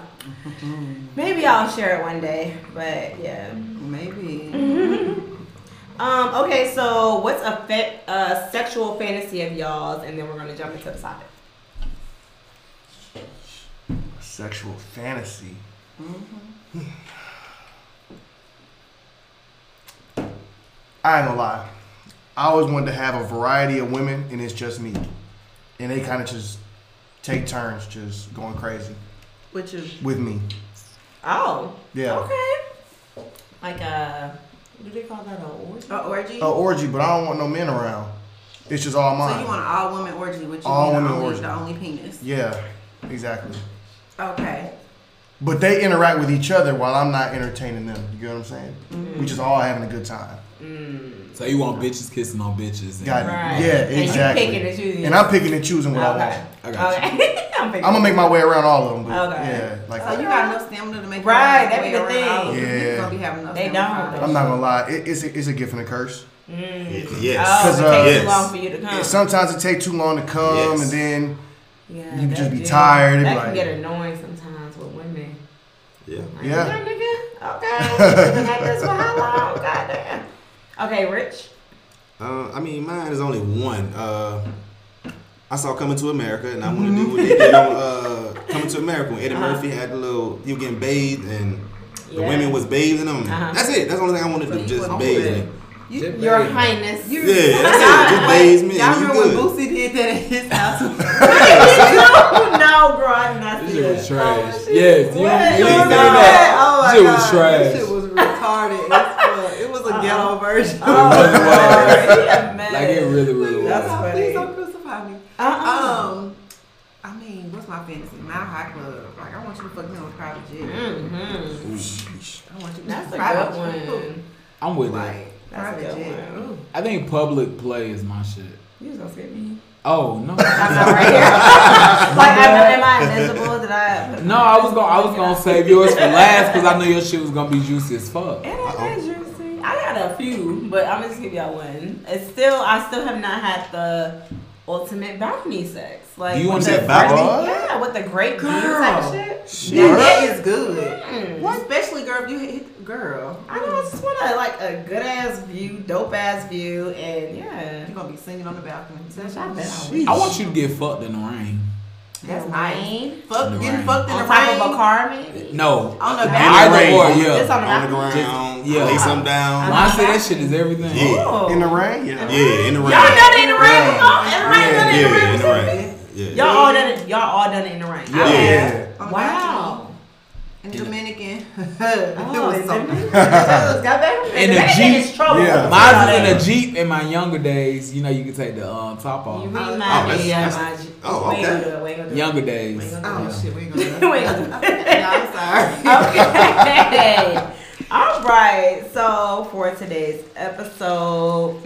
B: Maybe I'll share it one day. But yeah.
C: Maybe.
B: Mm-hmm. Um, okay, so what's a fe- uh, sexual fantasy of y'all's? And then we're going to jump into the topic.
E: Sexual fantasy.
C: Mm-hmm.
E: I ain't gonna lie. I always wanted to have a variety of women, and it's just me. And they kind of just take turns, just going crazy.
C: What you?
E: with me.
B: Oh.
E: Yeah.
B: Okay. Like a. What do they call that? A orgy?
C: A orgy?
E: A orgy, but I don't want no men around. It's just all Oh, mine.
C: so you want an all woman orgy with you
E: All
C: being the
E: woman
C: only,
E: orgy.
C: the only penis?
E: yeah, exactly.
C: Okay.
E: But they interact with each other while I'm not entertaining them. You get what I'm saying?
B: Mm.
E: We just all having a good time.
D: So you want bitches kissing on bitches? and-
E: Got it.
B: Right.
E: Mm. Yeah,
B: And you
E: exactly.
B: picking and choosing.
E: And I'm picking and choosing what I
B: Okay.
E: want.
D: I got you.
B: Okay. (laughs) I'm picking.
E: I'm gonna make my way around all of them. But
B: Okay. Oh,
E: Yeah, like
C: So you got enough stamina to make
B: Right,
C: that
B: that'd be the thing.
E: Yeah.
C: You're gonna be having enough
B: They
C: stamina
B: don't,
C: for
B: though.
C: all
E: I'm not gonna lie, it, it's a, it's a gift and a curse.
F: Yes.
B: Oh,
E: 'Cause,
B: it
E: uh,
B: takes
F: yes.
B: too long for you to come.
E: And sometimes it takes too long to come,
F: Yes.
E: and then
B: yeah,
E: you
B: that
E: just be
B: do-
E: tired and
B: That
E: like-
B: can get annoying sometimes with women.
F: Yeah.
B: Like,
E: Yeah.
B: "Damn,
E: (laughs)
B: nigga. Okay. You've been at this for how long? Goddamn. Okay, Rich.
F: Uh, I mean, mine is only one. Uh, I saw Coming to America, and I
E: (laughs)
F: want to do what they did on uh, Coming to America when Eddie
B: Uh-huh.
F: Murphy had the little, he was getting bathed, and the
B: Yeah.
F: women was bathing him.
B: Uh-huh.
F: That's it. That's the only thing I want to
C: So
F: do,
C: you
F: just
C: want
F: bathe
C: to-
F: him.
B: Your Highness.
C: You-
B: (laughs)
C: (laughs)
F: Yeah, that's it. Just bathe me.
C: Y'all
F: and you
C: remember when Boosie
F: good.
C: did that at his house?
B: no, bro, I'm not
D: This shit was
B: serious.
D: trash. yes, you,
B: Oh,
D: you
B: What?
D: ain't
B: You're right.
D: saying that.
C: Oh my
D: This shit
C: god,
D: was
C: This
D: trash.
C: shit was retarded. as fuck. It was a ghetto version.
D: (laughs)
B: Oh,
D: Really
B: Lord,
D: was.
B: he a mess.
D: Like it really, really
B: That's
C: That's
D: was.
B: funny.
C: funny. Please don't crucify me.
B: Uh-uh.
C: Um, I mean, what's my fantasy? My high club. Like, I want you to fuck me on a private jet.
B: Mhm.
C: I want you.
B: That's a
C: private
B: good
C: jet.
B: one.
D: I'm with it.
C: Like,
B: That's a
C: private
B: good
C: jet.
B: one.
C: Ooh,
D: I think public play is my shit.
C: you was gonna skip me.
D: Oh no.
B: I'm not right (laughs) here. like, I know, am I invisible? Did I?
D: (laughs) No, I was gonna I was gonna save yours for last because I knew your shit was gonna be juicy as fuck.
B: It ain't that juicy. I got a few, but I'm gonna just give y'all one. It's still, I still have not had the ultimate balcony sex. Like,
D: You
B: with
D: wanna
B: the
D: say
B: great-
E: balcony?
B: Yeah, with the great view type
C: Girl.
B: shit.
C: That
E: What?
C: jet is good.
B: Mm.
C: Especially girl, if you hit, hit girl.
B: I know, I just want a, like a good ass view, dope ass view, and yeah.
C: You're gonna be singing on the balcony. That's,
B: I bet I
D: I want you to get fucked in the rain.
C: That's
B: The
C: nice.
B: rain.
C: Fuck,
D: In the
C: getting
D: rain.
C: fucked in
B: On
C: the
B: top of a
C: rain.
B: car, maybe?
D: No.
C: On the
D: Either
C: balcony.
E: rain.
D: or, Oh, yeah.
B: on the
F: On the
B: balcony.
F: ground,
D: yeah.
F: lay some down.
D: When I say that shit is everything.
F: Yeah.
E: in the rain. Yeah.
F: Yeah, in the
B: Oh.
F: rain.
B: Y'all done it in the rain.
E: Yeah.
B: Y'all all done it in the
F: Yeah,
B: rain.
F: in the rain. Yeah.
B: Y'all all done it. Y'all all done it in the rain.
D: Yeah.
E: Yeah.
C: On the balcony.
B: Wow.
C: In Dominican. (laughs) it was
B: so.
C: something.
B: Got back from
D: In a
B: Dominican
D: Jeep.
B: is trouble.
E: Yeah.
D: Mine was in a Jeep in my younger days. You know, you could take the uh, top
B: You
D: off.
B: remind
F: Oh, that's-
B: me of my
F: that's-
B: Jeep.
F: oh,
B: We ain't gonna
F: okay.
B: do it. We ain't gonna do it.
D: Younger
B: We ain't
D: days.
B: gonna do it.
C: Oh shit, we (laughs) ain't gonna do
B: We ain't gonna do it.
C: (laughs) that. No, I'm sorry.
B: Okay. All right. So for today's episode,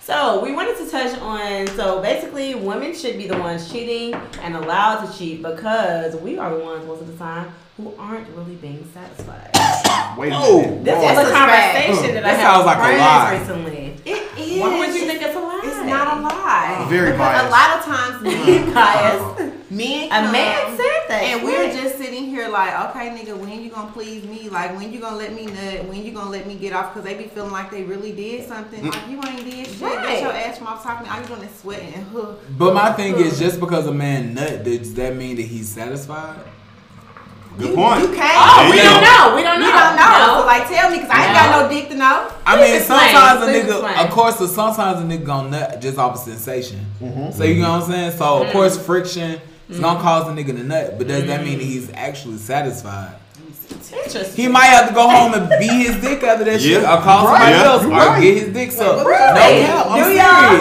B: so we wanted to touch on so basically women should be the ones cheating and allowed to cheat because we are the ones most of the time who aren't really being satisfied.
E: Wait a
D: Oh.
E: minute.
B: This
E: Whoa.
B: was
C: That's
B: a
C: a fact.
B: conversation that I
D: That
B: had
D: sounds
B: with
D: like a
B: friends
D: lie.
B: recently.
C: (laughs) It is.
B: Why would you think it's a lie?
C: it's not a lie?
E: Very
C: because
E: biased.
C: A lot of times men,
B: Mm. (laughs)
D: Uh-huh.
B: Biased.
C: men,
B: A
C: come,
B: man said that,
C: Uh-huh. and we're
B: shit.
C: just sitting here like, okay, nigga, when you gonna please me? Like, when you gonna let me nut? When you gonna let me get off? Because they be feeling like they really did something. Like you ain't did shit.
B: Right.
C: Get your ass from off top of me. All (laughs) you doing is sweating and huh.
D: But my thing is, just because a man nut, does that mean that he's satisfied?
F: Good point.
C: You can't.
B: Oh, we
F: Yeah.
B: don't know. We don't know.
C: You don't know. So like, tell me, because I ain't got no dick to know.
D: I
B: Please
D: mean,
B: explain.
D: sometimes a
B: Please
D: nigga,
B: explain.
D: of course, so sometimes a nigga gonna nut just off of sensation.
E: Mm-hmm.
D: So you know what I'm saying? So
B: Mm-hmm.
D: of course, friction is gonna cause a nigga to nut, but does that
B: Mm-hmm.
D: mean that he's actually satisfied?
B: Interesting.
D: He might have to go home and beat his dick after that shit,
F: Yeah.
D: or call somebody
F: Right.
D: else, or
E: Yeah, you right.
D: get his dick
B: Really?
D: sucked. No cap,
B: do y'all?
D: I'm
B: Do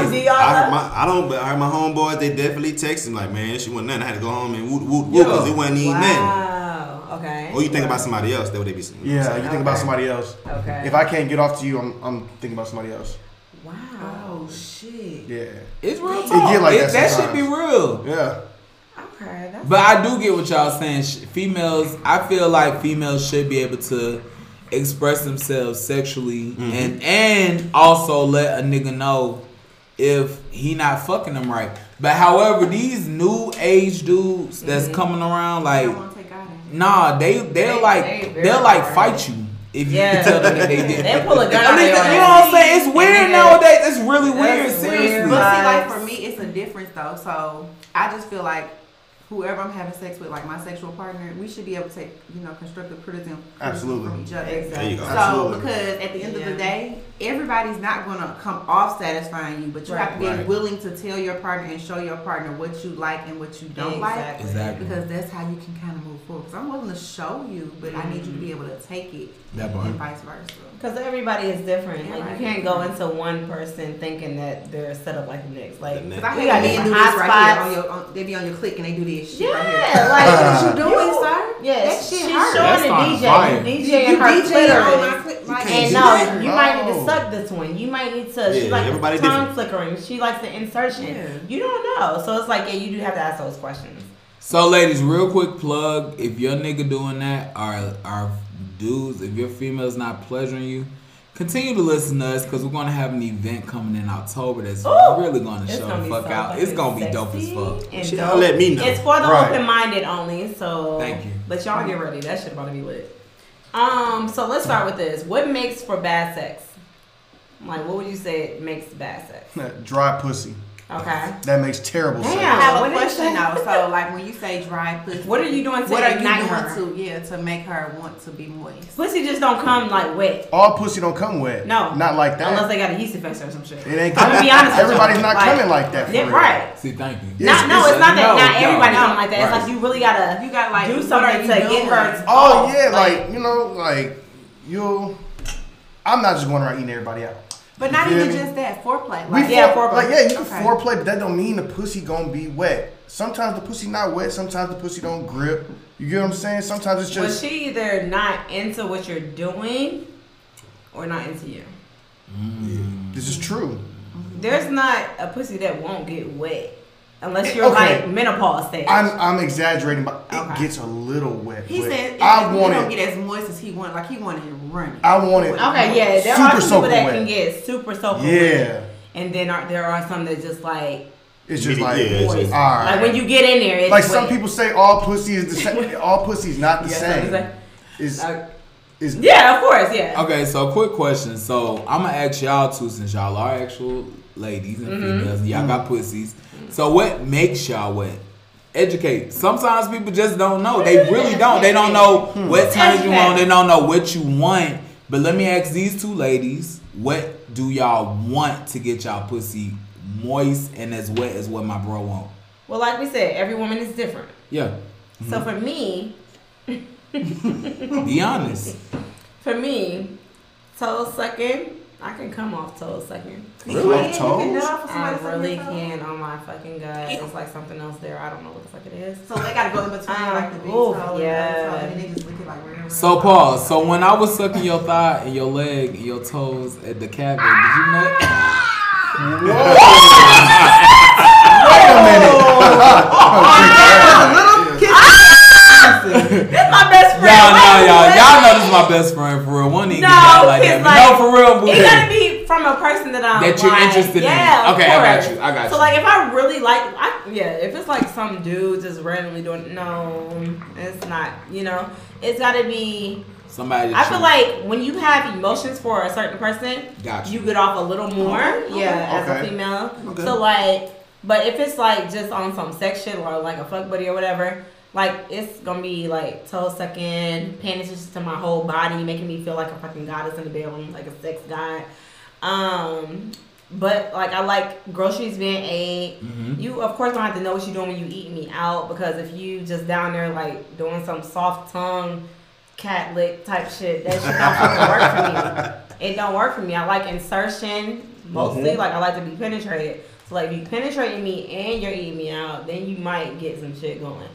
D: serious.
B: y'all?
F: I
B: know?
F: heard my I don't but I heard my homeboys they definitely text him like man she wasn't nothing I had to go home and woot woot woot because
D: Yeah.
F: it wasn't even nothing.
B: wow. Okay.
F: Or you think about somebody else that would they be saying.
E: Yeah, you think about
B: Okay.
E: somebody else.
B: Okay.
E: If I can't get off to you, I'm, I'm thinking about somebody else.
B: Wow.
C: Oh, shit.
E: Yeah.
D: It's real
E: It
D: talk.
E: get like
D: It-
E: that
D: that should
E: sometimes.
D: be real.
E: Yeah. (laughs)
B: Okay. That's
D: But I do get what y'all saying. Sh- Females, I feel like females should be able to express themselves sexually and and also let a nigga know if he not fucking them right. But however, these new age dudes that's coming around,
C: I
D: like,
C: don't want to take God in.
D: nah, they they're
B: Mm-hmm. They-
D: like
B: they
D: they
B: very
D: will like
B: hard.
D: fight you if you
B: Yeah.
D: (laughs) tell them that they did.
B: They pull a gun
D: I
B: out
D: mean,
B: their
D: you know
B: ass.
D: what I'm saying? It's weird
B: Yeah.
D: nowadays. It's really
B: That's
D: weird.
B: weird.
D: Seriously.
C: But see, like
B: Vibes.
C: for me, it's a difference though. So I just feel like whoever I'm having sex with, like my sexual partner, we should be able to take you know constructive criticism, criticism
E: Absolutely.
C: from each other.
B: Exactly.
F: There you go.
C: So
E: Absolutely.
C: because at the end of
B: Yeah.
C: the day, everybody's not gonna come off satisfying you, but you have to be
D: Right.
C: willing to tell your partner and show your partner what you like and what you don't like.
B: Exactly.
D: Exactly.
C: Because that's how you can kind of move forward. Because I'm willing to show you, but I need you to be able to take it
D: That part.
C: and vice versa.
B: Because everybody is different. Like you
C: Right.
B: can't go into one person thinking that they're set up like the next. Like
F: The next.
C: Because I
B: We
C: hate
B: got
C: when men do
B: different
C: this
B: hot
C: right
B: spots.
C: here. On your, on, they be on your click and they do this shit
B: yeah,
C: right here.
E: Uh,
B: like what you
C: You
B: doing, sir?
C: sir?
B: Yes,
C: that shit
B: she's
C: hurts.
D: short.
B: showing the
D: That's
B: DJ.
D: fine.
B: You
C: You,
B: DJing
C: you
B: her
C: DJ on
B: clitoris.
C: my click. Like,
D: can't
B: And
D: do
B: no,
D: that.
B: you might
D: Oh.
B: need to
E: No.
B: suck this one. You might need to. she
F: Yeah,
B: likes
F: everybody
B: tongue flickering. She likes the insertion.
C: Yeah.
B: You don't know, so it's like yeah, you do have to ask those questions.
D: So, ladies, real quick plug: if your nigga doing that, or our dudes, if your female's not pleasuring you, continue to listen to us because we're gonna have an event coming in October that's
B: Ooh!
D: really gonna show the fuck
B: so
D: out. It's
B: fucking
D: gonna be dope as
B: sexy
D: fuck.
B: and
F: She
B: dope.
F: don't let me know.
B: It's for the
E: Right.
B: open-minded only. So
D: Thank you.
B: But y'all get ready. That shit about to be lit. Um. So let's start with this. What makes for bad sex? Like, what would you say makes bad sex?
E: Dry pussy.
B: Okay.
E: That makes terrible
B: Damn.
E: sense.
C: I have
B: What
C: a
B: is
C: question
B: that?
C: though. So, like when you say dry pussy,
B: What are you doing to
C: what are you doing
B: ignite her?
C: to yeah to make her want to be moist?
B: Pussy just don't come like wet.
E: All pussy don't come wet.
B: No.
E: Not like
B: Unless
E: that.
B: they got a yeast infection or some shit.
E: it ain't
B: I'm gonna be honest. with
E: Everybody's
B: y'all.
E: not coming like that. For
B: Yeah,
E: real.
B: right.
D: See, thank you.
E: Yeah. It's-
B: not, no, it's,
E: it's a-
B: not that.
D: no,
B: not
D: no,
B: everybody
D: no.
B: coming like that. It's
D: Right.
B: like you really gotta
C: You got like
B: do
C: what are
B: something
C: you
B: to
C: doing?
B: get her.
E: Oh, yeah, like, you know, like you'll. I'm not just going around eating everybody out.
C: But not
E: You feel
C: even
E: me?
C: just that foreplay.
E: We
C: Like,
B: Yeah,
E: fore-
B: foreplay.
E: Like, yeah, you can
C: Okay.
E: foreplay, but that don't mean the pussy gonna be wet. Sometimes the pussy not wet. Sometimes the pussy don't grip. You get what I'm saying? Sometimes it's
B: Was
E: just
B: she either not into what you're doing or not into you?
E: this is true.
B: There's not a pussy that won't get wet unless you're
E: Okay.
B: like menopause stage.
E: I'm I'm exaggerating, but it
B: Okay.
E: gets a little wet.
C: He
E: but
C: said
E: I
C: you
E: want
C: don't
E: it.
C: get as moist as he wanted. Like he wanted it running.
E: I want it.
B: okay, yeah, there
E: Super
B: are some
E: soaker
B: people that
E: wet.
B: can get super soaker wet,
E: Yeah,
B: and then are, there are some that just like
E: it's just
F: Yeah,
E: like
F: it's just-
E: all right.
B: like
E: Like,
B: when you get in there, it's
E: some
B: wet.
E: people say, all pussy is the same. all pussy is not the
B: Yeah, some people
E: same.
B: say-
E: Is
B: like-
E: is
B: yeah, of course, yeah.
D: Okay, so quick question. So I'm gonna ask y'all two since y'all are actual ladies and females, and y'all got pussies. So what makes y'all wet? Educate. Sometimes people just don't know. They really don't. They don't know what turns you on. They don't know what you want. But let me ask these two ladies: What do y'all want to get y'all pussy moist and as wet as what my bro want?
B: Well, like we said, every woman is different.
D: Yeah,
B: So
E: Mm-hmm.
B: for me,
D: be honest.
B: for me, toe sucking, I can come off toe sucking.
E: really
C: Yeah, you can
E: toes.
C: nut off of
B: I
C: somebody
B: really
C: sucking your toe.
B: can on my fucking gut. It's like something else there. I don't know what the fuck it is.
C: So they gotta go in between
B: Um,
C: like the big
B: ooh,
C: toe and the
B: yeah.
C: yeah. toe, and they just look at like real, real
D: So
C: toe.
D: Paul, so when I was sucking your thigh and your leg and your toes at the cabin, did you know?
E: (laughs)
B: Oh. That's my best friend.
D: (laughs) Y'all know,
B: Wait,
D: y'all,
B: wait.
D: y'all know this is my best friend for real. One ain't
B: No,
D: get out like that.
B: it's
D: But
B: like-
D: no, for real, boo.
B: It gotta be from a person that I'm
D: That you're
B: like-
D: interested in.
B: yeah, Of
D: Okay, I got
B: course.
D: you, I got
B: so
D: you.
B: like, if I really like, I, yeah, if it's like some dude just randomly doing, no, it's not. You know, it's gotta be.
D: Somebody. that
B: I feel
D: you-
B: like when you have emotions for a certain person,
D: Got you.
B: you get off a little more. Yeah, as a
E: okay.
B: female.
E: Okay.
B: So like, but if it's like just on some sex shit or like a fuck buddy or whatever, like it's gonna be like toe sucking, paying attention to my whole body, making me feel like a fucking goddess in the bedroom, like a sex god. Um, but like I like groceries being ate.
F: Mm-hmm.
B: You of course don't have to know what you're doing when you eat me out because if you just down there like doing some soft tongue cat lick type shit, that shit don't fucking work
F: (laughs)
B: for me. It don't work for me. I like insertion mostly.
F: Mm-hmm.
B: Like I like to be penetrated. So like if you penetrating me and you're eating me out, then you might get some shit going.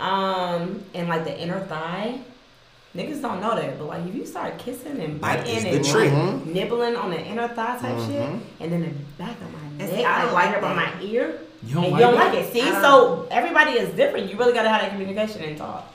B: Um, and like the inner thigh. Niggas don't know that, but like if you start kissing and
F: That
B: biting
F: is
B: and
F: the trick. Mm-hmm.
B: like, nibbling on the inner thigh type shit, and then the back of my
C: And
B: neck,
C: see, I
B: I
C: don't
B: don't like
C: like
B: it by
C: that.
B: my ear,
D: You don't
B: and
D: like
B: you don't
D: that?
B: like it. See,
C: I don't-
B: so everybody is different. You really gotta have that communication and talk.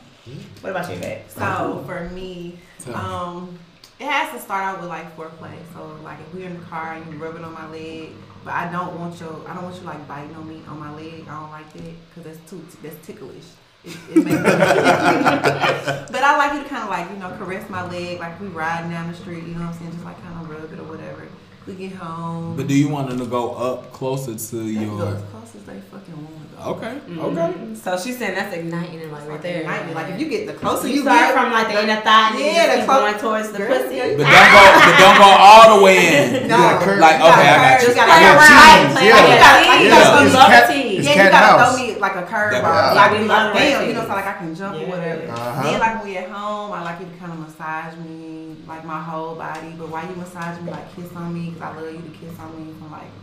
B: What about you, babe?
C: So
D: Oh.
C: for me,
D: Tell me.
C: um, it has to start out with like foreplay. So like if we're in the car and you rubbing on my leg, but I don't want your, I don't want you like biting on me on my leg. I don't like that because that's too, that's ticklish. It, it
D: (laughs)
C: makes but I like you to kind of like you know caress my leg, like we riding down the street. You know what I'm saying? Just like kind of rub it or whatever. We get home.
D: But do you want them to go up closer to
C: they can go
D: your?
C: as close as they fucking want to go.
D: Okay. Okay.
B: Mhm. So she's saying that's igniting it like right there.
C: Like, like if you get the closer
B: So you
C: you,
B: start
C: get
B: from like the inner thigh, and
C: Yeah,
B: yeah,
C: the
B: keep
C: clo-
B: going towards the
C: Girl,
B: pussy.
C: yeah,
D: But
C: you-
D: don't go. But don't go all the
B: (laughs)
D: way in.
C: No.
E: Yeah, curve.
D: Like okay, I got you.
C: Just
B: Just
C: gotta
B: gotta
E: Yeah,
B: ride,
E: cheese,
B: play
E: yeah.
B: like
C: Yeah,
B: that. You gotta
E: it's
B: go love
E: cat-
B: the tea.
E: it's
C: yeah,
E: cat
C: you
E: and
C: gotta
E: house.
C: throw me like a
D: Yeah,
C: curveball.
D: but-
C: like we
B: Yeah.
C: like, damn, you know, so like I can jump
B: Yeah.
C: or whatever.
E: Uh-huh.
C: Then like when we at home, I like you to kind of massage me, like my whole body. But while you massage me, like kiss on me, cause I love you to kiss on me from like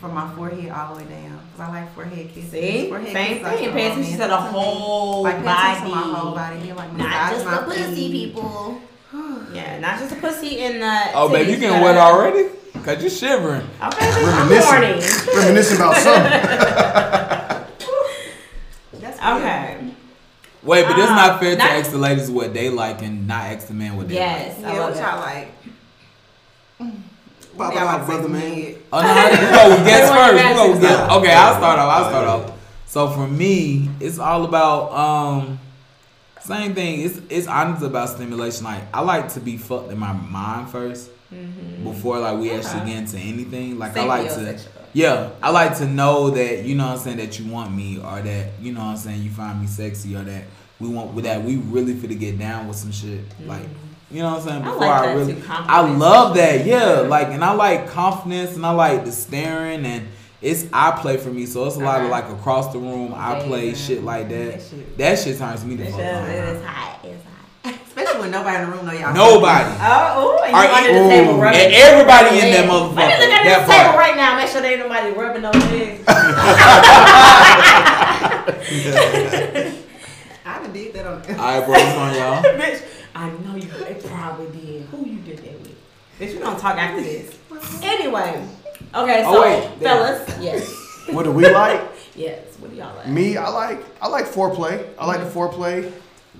C: from my forehead all the way down. Cause I like forehead kisses.
B: See?
C: forehead
B: Same
C: kisses are
B: thing.
C: so
B: Pay attention to the
C: romantic me.
B: whole
C: like, pay attention to my whole
B: body.
C: body. Then, like
B: Not
C: massage
B: just
C: my
B: the pussy,
C: feet.
B: people. (sighs) Yeah, not just the pussy and the.
D: Oh, baby, you
B: titties,
D: getting
B: gotta-
D: wet already? Cause you shivering.
B: Okay, this is
E: Reminiscing.
B: morning.
E: Reminiscing about something.
C: That's weird.
B: Okay.
D: Wait, but it's
B: Uh,
D: not fair to
B: not-
D: ask the ladies what they like and not ask the man what they like.
B: Yes, I
C: Yeah,
B: love
C: which
B: that.
C: I like.
E: Baba
C: Yeah, I
E: like
C: like
E: brother,
C: sex
E: man.
C: weird.
B: (laughs)
D: Oh, no, you go with guess
B: They want
D: first. You go with
B: your
D: guess.
B: answers.
D: Okay, I'll start off. I'll start off. So for me, it's all about um same thing. It's it's honest about stimulation. Like I like to be fucked in my mind 1st before like we actually
B: Mm-hmm. Okay.
D: get into anything. Like I
B: Same
D: like
B: for your
D: to
B: sexual.
D: yeah, I like to know that you know what I'm saying that you want me or that you know what I'm saying you find me sexy or that we want with that we really fit to get down with some shit like you know what I'm saying
B: Mm-hmm. I
D: before
B: like that
D: really
B: too,
D: I
B: compliments.
D: love that yeah like and I like confidence and I like the staring and it's I play for me so it's a lot of
B: Uh-huh.
D: like across the room I
B: Yeah,
D: play
B: yeah.
D: shit like that
C: That shit.
D: that shit turns me the
B: It's
D: fuck
B: just-
D: on
B: It is hot. It's hot.
C: Especially when nobody in the room know y'all.
D: nobody
B: Oh, ooh, and
D: Are
B: you under
D: you-
B: the table
D: ooh,
B: rubbing.
D: and everybody in that motherfucker.
B: Let me look under
D: That
B: the table
D: part.
B: right now. Make sure there ain't nobody rubbing no
D: (laughs)
B: legs. (laughs)
C: I done did that on. (laughs)
D: alright bro what's
B: (laughs)
D: on y'all
B: Bitch, I know you. It probably did. Who you did that with? Bitch, we don't talk after this. Anyway, okay, so
D: Oh, wait, there.
B: fellas, yes,
E: what do we like?
B: yes. What do y'all like?
E: Me, I like I like foreplay. I like the foreplay,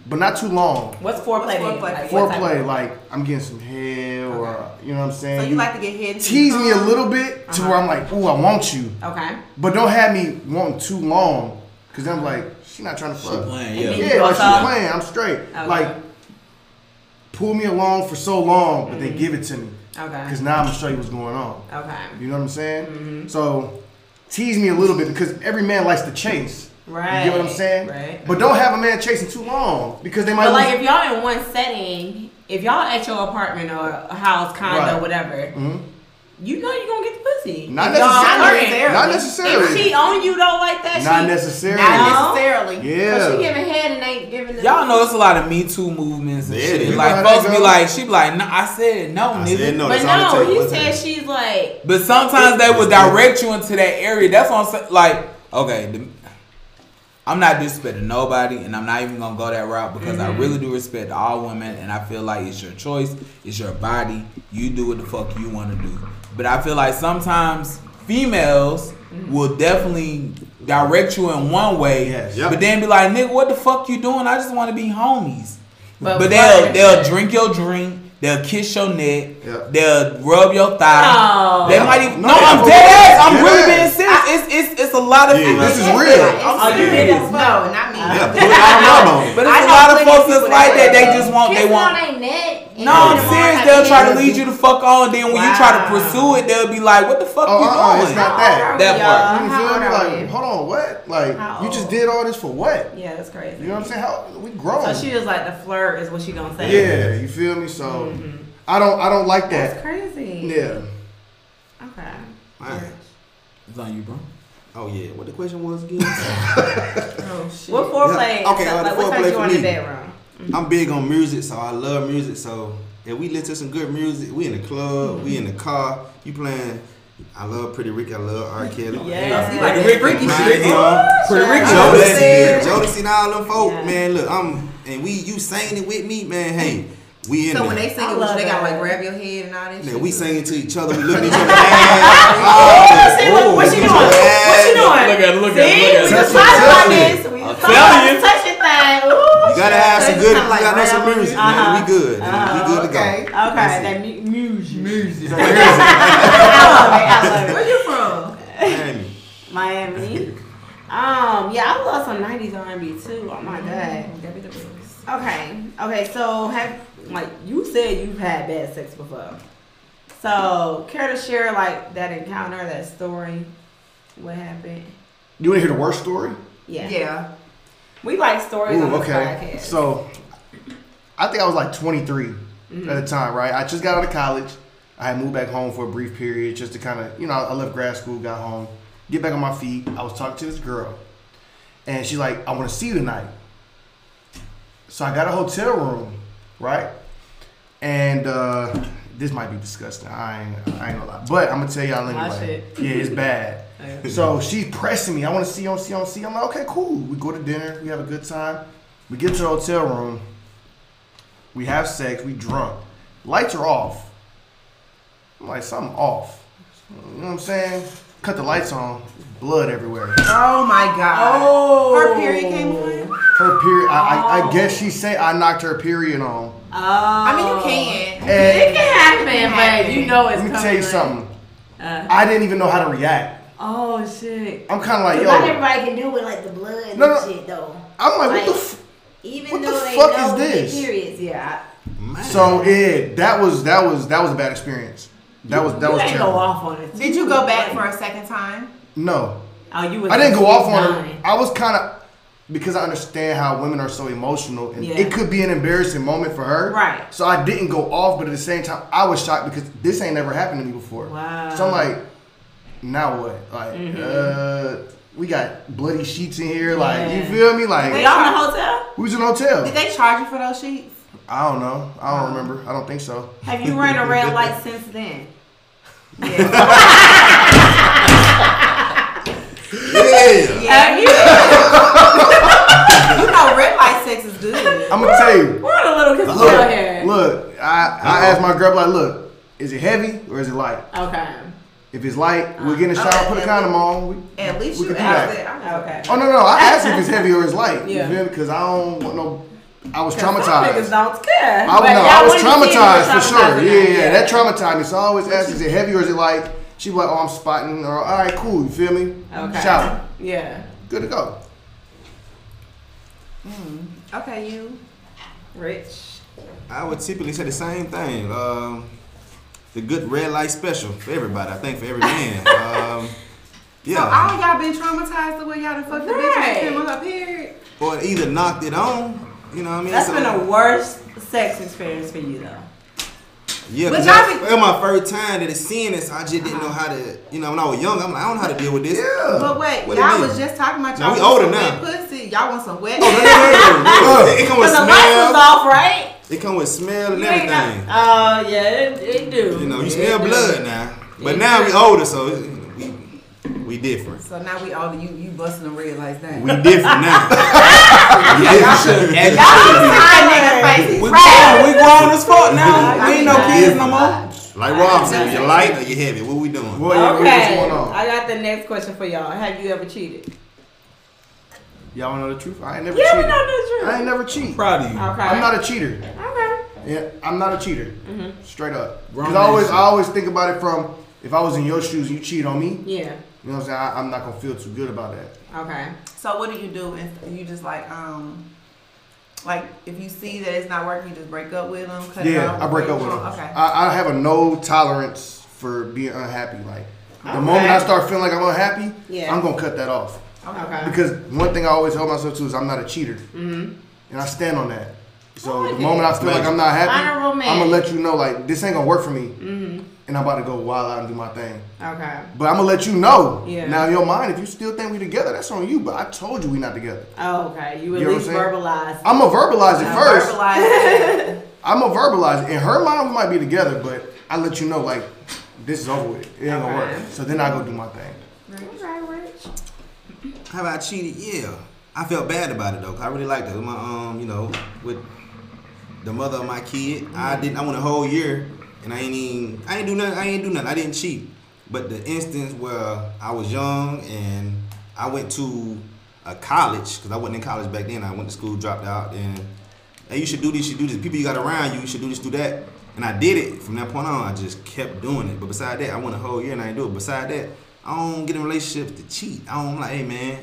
E: but not too long.
B: What's foreplay? to you?
C: foreplay?
B: Like, what type
E: Foreplay,
B: of-
E: like I'm getting some head, or you know what I'm saying.
C: So you like to get head?
E: tease me a
B: Uh-huh.
E: little bit to where I'm like, ooh, I want you,
B: Okay.
E: but don't have me wanting too long, cause then I'm like, she not trying to fuck.
D: playing
B: And then-
D: yeah
E: Yeah, like
B: Okay.
E: she playing. I'm straight.
B: Okay.
E: Like pull me along for so long, but
B: Mm-hmm.
E: they give it to me,
B: Okay.
E: cause now I'm gonna show you what's going on.
B: Okay.
E: You know what I'm saying?
B: Mm-hmm.
E: So tease me a little bit because every man likes to chase.
B: Right.
E: You know what I'm saying?
B: Right.
E: But don't have a man chasing too long because they might.
B: But like,
E: lose-
B: if y'all in one setting, if y'all at your apartment or house, condo,
E: Right.
B: whatever,
F: Mm-hmm.
E: Mhm.
B: you know you're gonna get the pussy.
E: Not
B: If y'all
E: necessarily.
B: flirting.
E: Not necessarily.
B: If she on you though like that,
E: Not
B: she,
E: necessarily.
B: Not
C: Necessarily.
E: yeah.
B: But she giving head and ain't giving. the-
D: Y'all know it's a lot of Me Too movements and
F: Yeah,
D: shit.
F: you know
E: how
D: Like
E: that
D: folks be
E: go.
D: like, she be like, no, I said no,
F: I
D: nigga.
F: said no.
B: But
F: That's
B: no,
F: all it takes.
B: he
F: What's
B: said
F: that?
B: she's like.
D: But sometimes they will direct you into that area. That's what I'm saying. Like, okay, the, I'm not disrespecting nobody, and I'm not even gonna go that route because I
E: Mm-hmm.
D: really do respect all women, and I feel like it's your choice, it's your body, you do what the fuck you want to do. But I feel like sometimes females
E: Mm-hmm.
D: will definitely direct you in one way,
E: Yes.
F: Yep.
D: but then be like, "Nigga, what the fuck you doing? I just want to be homies." But,
B: But
D: they'll
B: first-
D: they'll drink your drink. They'll kiss your neck.
E: Yep.
D: They'll rub your thigh.
B: No.
D: They might even. No,
E: No,
D: I'm
E: no.
D: dead ass. I'm
E: Dead
D: really
E: ass.
D: being serious. It's it's it's a lot of.
F: Yeah.
E: this
D: It's,
E: is real.
B: Oh, you did as well.
C: No, not me.
F: Yeah, put it on mama.
D: but
C: I
D: it's a
C: know
D: lot of
C: plenty
D: folks that's
C: people
D: like that.
C: that
D: They
C: do.
D: just want. They
G: Kissing on
D: want.
G: their neck. and
D: No,
G: then
D: I'm
G: the
D: serious.
G: mom
D: They'll
G: come
D: try
G: in.
D: to lead you to fuck on. Then when you try to
B: Wow.
D: pursue it, they'll be like, "What the fuck
E: Oh,
D: you
E: uh-uh,
D: doing?"
E: it's not that.
D: That part.
E: You feel
B: How old
E: me?
B: are we?
E: Like, hold on, what? Like,
B: How
E: you just
B: old?
E: did all this for what?
B: Yeah, that's crazy.
E: You know what I'm saying? How we grown?
B: So she was like, the flirt is what she gonna say.
E: yeah, you feel me? So I don't, I don't like
B: Mm-hmm. That's
E: that.
B: crazy.
E: Yeah,
B: Okay.
F: Man.
D: It's on you, bro.
F: Oh yeah, what the question was again? (laughs)
C: Oh shit.
B: What foreplay?
F: Yeah. Okay,
B: so,
F: uh, the
B: like, what type
F: foreplay
B: you
F: for
B: want in the
F: me.
B: bedroom?
F: I'm big on music, so I love music. So if we listen to some good music, we in the club, we in the car, you playing. I love Pretty Rick, I love R. Kelly.
B: Yes.
F: Hey,
B: Like
F: Pretty
B: that
F: Rick,
B: freaky
F: Rick,
B: shit.
D: Pretty
F: Rick,
D: Rick
F: Jodeci, Jodeci, and all them folk,
B: Yeah.
F: man. Look, I'm and we you singing it with me, man. Hey, we in
C: So
F: there.
C: when they sing
B: I
C: it,
B: love
C: they gotta
B: that.
C: like grab your head and all that shit.
F: Man, we
C: too.
F: singing to each other. We looking at each other. Oh,
B: Oh, see, look, what she doing? What she doing?
D: Look at it, look
B: See?
D: at it, look at it.
B: We just
F: Touch it,
B: talked about
F: touch it.
B: this. We just
D: I'll
B: talked about
D: tell
B: this touching thing. Ooh,
F: You gotta have some
B: shit.
F: good.
B: It's kinda
F: you gotta know
B: like
F: some
B: rap
F: music,
B: Uh-huh.
F: man. We good.
B: Uh-huh.
F: We good to go.
C: Okay.
B: Okay, that mu- music. (laughs)
E: It's like, here's it.
B: I love it. I love
C: Where you from?
F: Miami.
B: it. Miami. Um, yeah, I love some '90s R&B too. Oh my god.
C: That'd be the rules.
B: Okay. Okay. So have like you said you've had bad sex before. So, care to share like that encounter, that story, what happened?
E: You want to hear the worst story?
B: Yeah,
C: Yeah.
B: we like stories on
E: Ooh,
B: this
E: okay.
B: podcast.
E: So, I think I was like 23
B: Mm-hmm.
E: at the time, right? I just got out of college. I had moved back home for a brief period just to kind of, you know, I left grad school, got home, get back on my feet. I was talking to this girl, and she's like, I want to see you tonight. So, I got a hotel room, right? And uh, this might be disgusting. I ain't, I ain't gonna lie. But I'm gonna tell y'all
B: My
E: anyway. Yeah, it's bad.
B: Okay.
E: So she's pressing me. I want to see on, see on, see. I'm like, okay, cool. We go to dinner. We have a good time. We get to the hotel room. We have sex. We drunk. Lights are off. I'm like, something off. You know what I'm saying? Cut the lights on. Blood everywhere.
C: Oh my god.
B: Oh,
C: Her period came on.
E: Her period. I, I, I guess she said I knocked her period on.
C: I mean, you
B: It
C: can.
E: And
B: can happen, but
C: happen.
B: you know it's
E: let me
B: coming.
E: tell you something.
B: Uh.
E: I didn't even know how to react.
B: Oh shit!
E: I'm kind of like,
G: Not
E: yo.
G: everybody can do it like the blood
E: No,
G: and
E: no.
G: shit though.
E: I'm like, what the. F-?
G: Even
E: What the
G: though they
E: fuck
G: know
E: is
G: their
E: this?
G: periods, yeah.
E: So yeah, that was that was that was a bad experience. That was that
B: you
E: was
B: ain't go
E: terrible.
B: off on it.
C: Did you go back for a second time?
E: No,
B: Oh, you. Was
E: I didn't go off on
B: nine.
E: her. I was kind of because I understand how women are so emotional, and
B: Yeah.
E: it could be an embarrassing moment for her.
B: Right.
E: So I didn't go off, but at the same time, I was shocked because this ain't never happened to me before.
B: Wow.
E: So I'm like, now what? Like, uh, we got bloody sheets in here. Like, you
B: Mm-hmm. Yeah.
E: feel me? Like,
B: Were y'all in the hotel?
E: we was in a hotel.
C: Did they charge you for those sheets?
E: I don't know. I don't remember. I don't think so.
B: Have you ran a red light since then?
F: Yeah.
B: Have you?
C: You know, red light sex is good.
E: I'm gonna tell you.
B: (laughs) We're on a little kiss
E: Look,
B: out here.
E: look, I, I asked my girl, like, look, is it heavy or is it light?
B: Okay.
E: If it's light, we'll get in the
B: Uh,
E: shower,
C: okay,
E: put a
C: at
E: condom on. We,
C: At least
E: we
C: you
E: can do
C: asked
E: that.
C: it. I'm like,
B: Okay.
E: Oh, no, no, I asked if it's heavy or it's light.
B: Yeah.
E: You feel me? Because I don't want no. I was
B: Some Niggas
E: traumatized.
B: don't care.
E: I,
B: But
E: no,
B: y'all
E: I was
B: wanted to see if
E: traumatized for
B: you were traumatized
E: sure.
B: or
E: Yeah,
B: not.
E: yeah, that traumatized me. So I always ask, is it heavy or is it light? She be like, oh, I'm spotting. Or, all right, cool. You feel me?
B: Okay.
E: Shower.
B: Yeah.
E: Good to go.
C: Okay, you.
B: Rich.
F: I would typically say the same thing. Um, the good red light special for everybody. I think for
B: (laughs)
F: every man. Um,
C: So
F: yeah.
C: all y'all been traumatized the way y'all done fucked the bitch and
B: Right.
C: came on her period.
F: or either knocked it on. You know what I mean?
B: That's
F: So-
B: been the worst sex experience for you though.
F: Yeah,
C: But
F: cause
C: y'all
F: that's-
C: be-
F: that was my first time that it's seeing this. I just
B: Uh-huh.
F: didn't know how to. You know, when I was young, I'm like, I don't know how to deal with this. Yeah.
C: But wait,
F: Uh, What do you
C: y'all
F: mean?
C: was just talking about
F: Now
C: y'all
F: we
C: want
F: older
C: some wet pussy. Y'all want some wet?
F: Oh, no, no, no, no, no. (laughs) It come with
B: Cause the lights was
F: smell.
B: off, right?
F: It come with smell and
B: You ain't got-
F: everything.
B: Oh yeah, it, it do.
F: You know, you
B: It
F: smell
B: do.
F: blood now. But
B: Yeah.
F: now we older, so it's- we we different.
C: (laughs) So now we all you you busting them red lights down. (laughs)
F: We (laughs) different
B: (laughs)
F: now. we (laughs) different.
C: Y'all
F: We
C: face. Right.
F: grown. We grown as fuck now. We ain't no kids no more. Like Rob said,
C: Right.
F: you light or you heavy. What we doing?
E: What,
B: Okay.
E: what's going on?
B: I got the next question for y'all. Have you ever cheated?
E: Y'all wanna know the truth? I ain't never
B: Yeah, we
E: cheated.
B: know the truth.
E: I ain't never cheat.
D: Proud of you.
B: Okay.
E: I'm not a cheater.
B: Okay.
E: Yeah, I'm not a cheater.
B: Mm-hmm.
E: Straight up.
D: Grown
E: Because I always,
D: man
E: I always think about it from if I was in your shoes, you cheat on me. You
B: Yeah.
E: know what I'm saying? I, I'm not gonna feel too good about that.
B: Okay.
C: So what do you do if you just like um like if you see that it's not working, you just break up with them? Cut it
E: yeah,
C: off,
E: I break up with
C: or-
B: Oh,
E: them.
C: Okay.
E: I, I have a no tolerance for being unhappy. Like the moment I start feeling like I'm unhappy,
B: Yeah.
E: I'm gonna cut that off.
B: Okay.
E: Because one thing I always hold myself to is I'm not a cheater,
B: Mm-hmm.
E: and I stand on that.
B: Oh,
E: So the moment I feel like I'm not happy,
B: Honorable man.
E: I'm gonna let you know like this ain't gonna work for me,
B: Mm-hmm.
E: and I'm about to go wild out and do my thing.
B: Okay.
E: But I'm gonna let you know.
B: Yeah.
E: Now in your mind, if you still think we together, that's on you. But I told you we not together.
B: Oh, okay. You at
E: You know
B: least Uh,
E: what I'm saying?
B: verbalize.
E: I'm gonna verbalize it first. (laughs)
C: Verbalize it.
E: I'm gonna verbalize it. In her mind, we might be together, but I let you know like this is over with. It ain't gonna work.
B: Okay.
E: So then I go do my thing.
B: Okay, Rich.
F: Have I cheated? Yeah. I felt bad about it though. 'cause I really liked it. My um, you know, with the mother of my kid, I didn't. I went a whole year, and I ain't even. I ain't do nothing. I ain't do nothing. I didn't cheat. But the instance where I was young and I went to a college because I wasn't in college back then. I went to school, dropped out, and hey, you should do this. You should do this. People you got around you, you should do this, do that. And I did it. From that point on, I just kept doing it. But beside that, I went a whole year and I didn't do it. Beside that, I don't get in relationships to cheat. I don't like, hey man,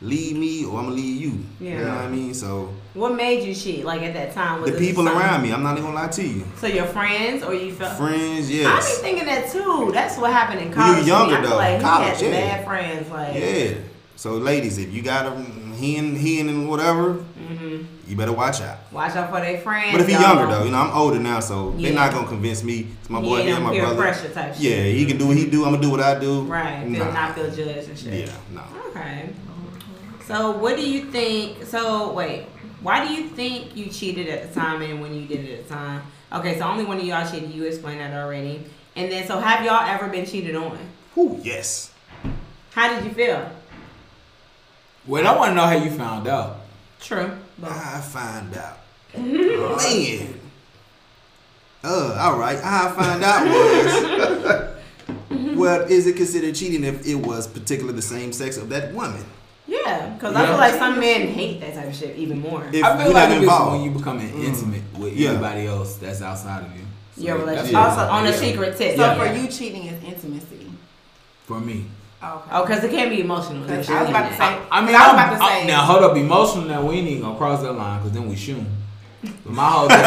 F: leave me or I'm gonna leave you. You
B: Yeah.
F: know what I mean? So
B: What made you cheat? Like at that time, was
F: the
B: it
F: people
B: something-
F: around me, I'm not even gonna lie to you.
B: So your friends or you felt?
F: Friends,
B: I be
F: yes.
B: thinking that too. That's what happened in
F: When you
B: college. to me.
F: younger,
B: I feel
F: though.
B: like
F: College,
B: he had
F: yeah.
B: bad friends. Like
F: Yeah. So ladies, if you got him hen hen and whatever,
D: Mm-hmm.
F: you better watch out.
B: watch out for their friends.
F: But if he's
B: y'all.
F: younger though, you know, I'm older now, so
B: Yeah.
F: they're not gonna convince me. It's my
B: You
F: boy
B: ain't
F: and
B: on
F: my
B: peer
F: brother.
B: pressure type shit.
F: Yeah, he can do what he do, I'm gonna do what I do.
B: Right, feel,
F: Nah.
B: not feel judged and shit.
F: Yeah, no.
B: Okay. So what do you think? So wait, why do you think you cheated at the time and when you did it at the time? Okay, so only one of y'all cheated. You explained that already. And then, so have y'all ever been cheated on?
F: Whew, yes.
B: How did you feel?
D: Wait, I want to know how you found out.
B: True.
F: I
D: (laughs)
F: find out. Man. Uh, all right. I find out
D: (laughs)
F: was. well, is it considered cheating if it was particularly the same sex of that woman?
B: Yeah, because I
D: Yeah.
B: feel like some men hate that type of shit even more.
F: If
D: I feel
F: we're
D: like
F: not
D: it's
F: involved. Mm.
D: when you become intimate with
F: Yeah.
D: anybody else that's outside of you. So
B: Your relationship
D: that's-
B: also on a
D: yeah.
B: secret tip.
C: So
D: Yeah.
C: for you, cheating is intimacy.
D: For me.
C: Okay.
B: oh, because it can be emotional.
C: I was about to
E: (laughs)
C: say.
D: I mean,
C: I was
D: I'm-
C: about to
D: I'm-
C: say.
D: now hold up, emotional. Now we ain't even gonna cross that line because then we shoot. But my whole thing,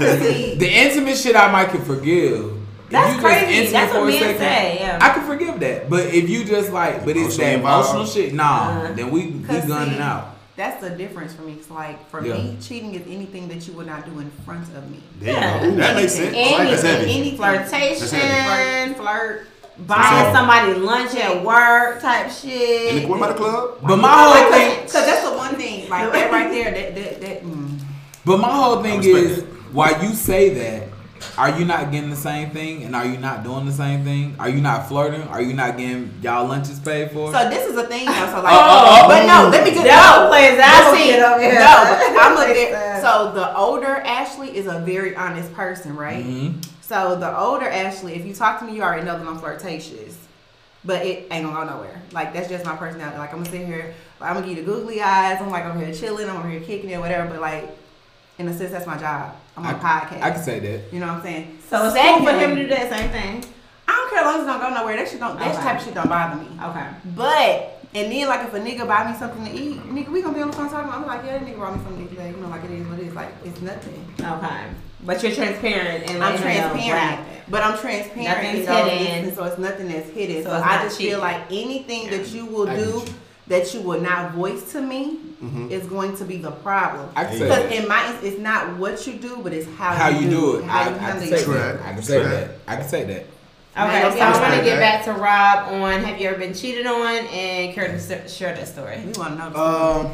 B: Damn,
F: (laughs)
D: the intimate shit I might can forgive. If
B: that's
D: you just
B: crazy.
D: intimate
B: That's
D: for
B: what
D: a
B: men
D: second,
B: say. Yeah.
D: I can forgive that, but if you just like, but it's
F: Emotionally
D: that
F: involved.
D: emotional shit. Nah,
B: Uh-huh.
D: then we we
C: 'Cause
D: gunning
C: see,
D: out.
C: That's the difference for me. It's like for
D: Yeah.
C: me, cheating is anything that you would not do in front of me.
F: There
B: Yeah.
F: you go. Ooh, that makes sense.
B: Anything,
F: I like that's heavy.
B: any
F: That's
B: flirtation,
F: heavy.
B: flirt, buying
F: So-
B: somebody lunch at work type
F: In the
B: shit.
F: what about the club?
D: But my whole thing,
C: Because that's the one thing, like that right there, that that that. Mm.
D: but my whole thing
F: respect
D: is,
F: that.
D: while you say that, are you not getting the same thing, and are you not doing the same thing? Are you not flirting? Are you not getting y'all lunches paid for?
C: So this is a thing though. So like,
D: Oh,
C: but no, let me just no.
B: players
C: I
B: I
C: see.
B: see.
C: No,
B: Up here.
C: but I'm (laughs) a very, so the older Ashley is a very honest person,
F: Mm-hmm.
C: right?
D: Mhm.
C: So the older Ashley, if you talk to me, you already know that I'm flirtatious, but it ain't gonna go nowhere. Like that's just my personality. Like I'm gonna sit here, like, I'm gonna give you the googly eyes. I'm like I'm here chilling, I'm over here kicking it, whatever. But like, in a sense, that's my job. I'm on a podcast.
D: I can say that.
C: you know what I'm saying?
B: So it's cool for
C: Secondly,
B: him to do that same thing.
C: I don't care as long as it don't go nowhere. That shit don't. That
B: Okay.
C: type of shit don't bother me.
B: Okay.
C: But and then like if a nigga buy me something to eat, nigga, we gonna be on the phone talking. I'm like, yeah, that nigga bought me something today. You know, like it is what it is. Like it's nothing.
B: Okay. But you're transparent and
C: I'm
B: letting him know what
C: transparent,
B: happened.
C: but I'm transparent.
B: Nothing's
C: you know,
B: hidden.
C: it's- So it's nothing that's hidden.
B: So
C: So,
B: it's
C: I
B: not
C: just
B: cheating.
C: feel like anything that you will
D: I get
C: do
D: you. Mm-hmm.
C: that you will not voice to me
F: Mhm.
C: is going to be the problem.
D: I can say
C: Because
D: that.
C: in my, it's not what you do, but it's how,
D: how you do it.
C: How
D: I,
C: you
D: I
C: handle
D: can
C: your
D: say
C: shit.
D: that. I can say that. I can say that.
B: Okay,
C: Man,
B: so
C: I'm
B: I want to
F: sorry.
B: get back to Rob on have you ever been cheated on and care to s- share that story?
C: We want to know.
D: Uh,
E: Um,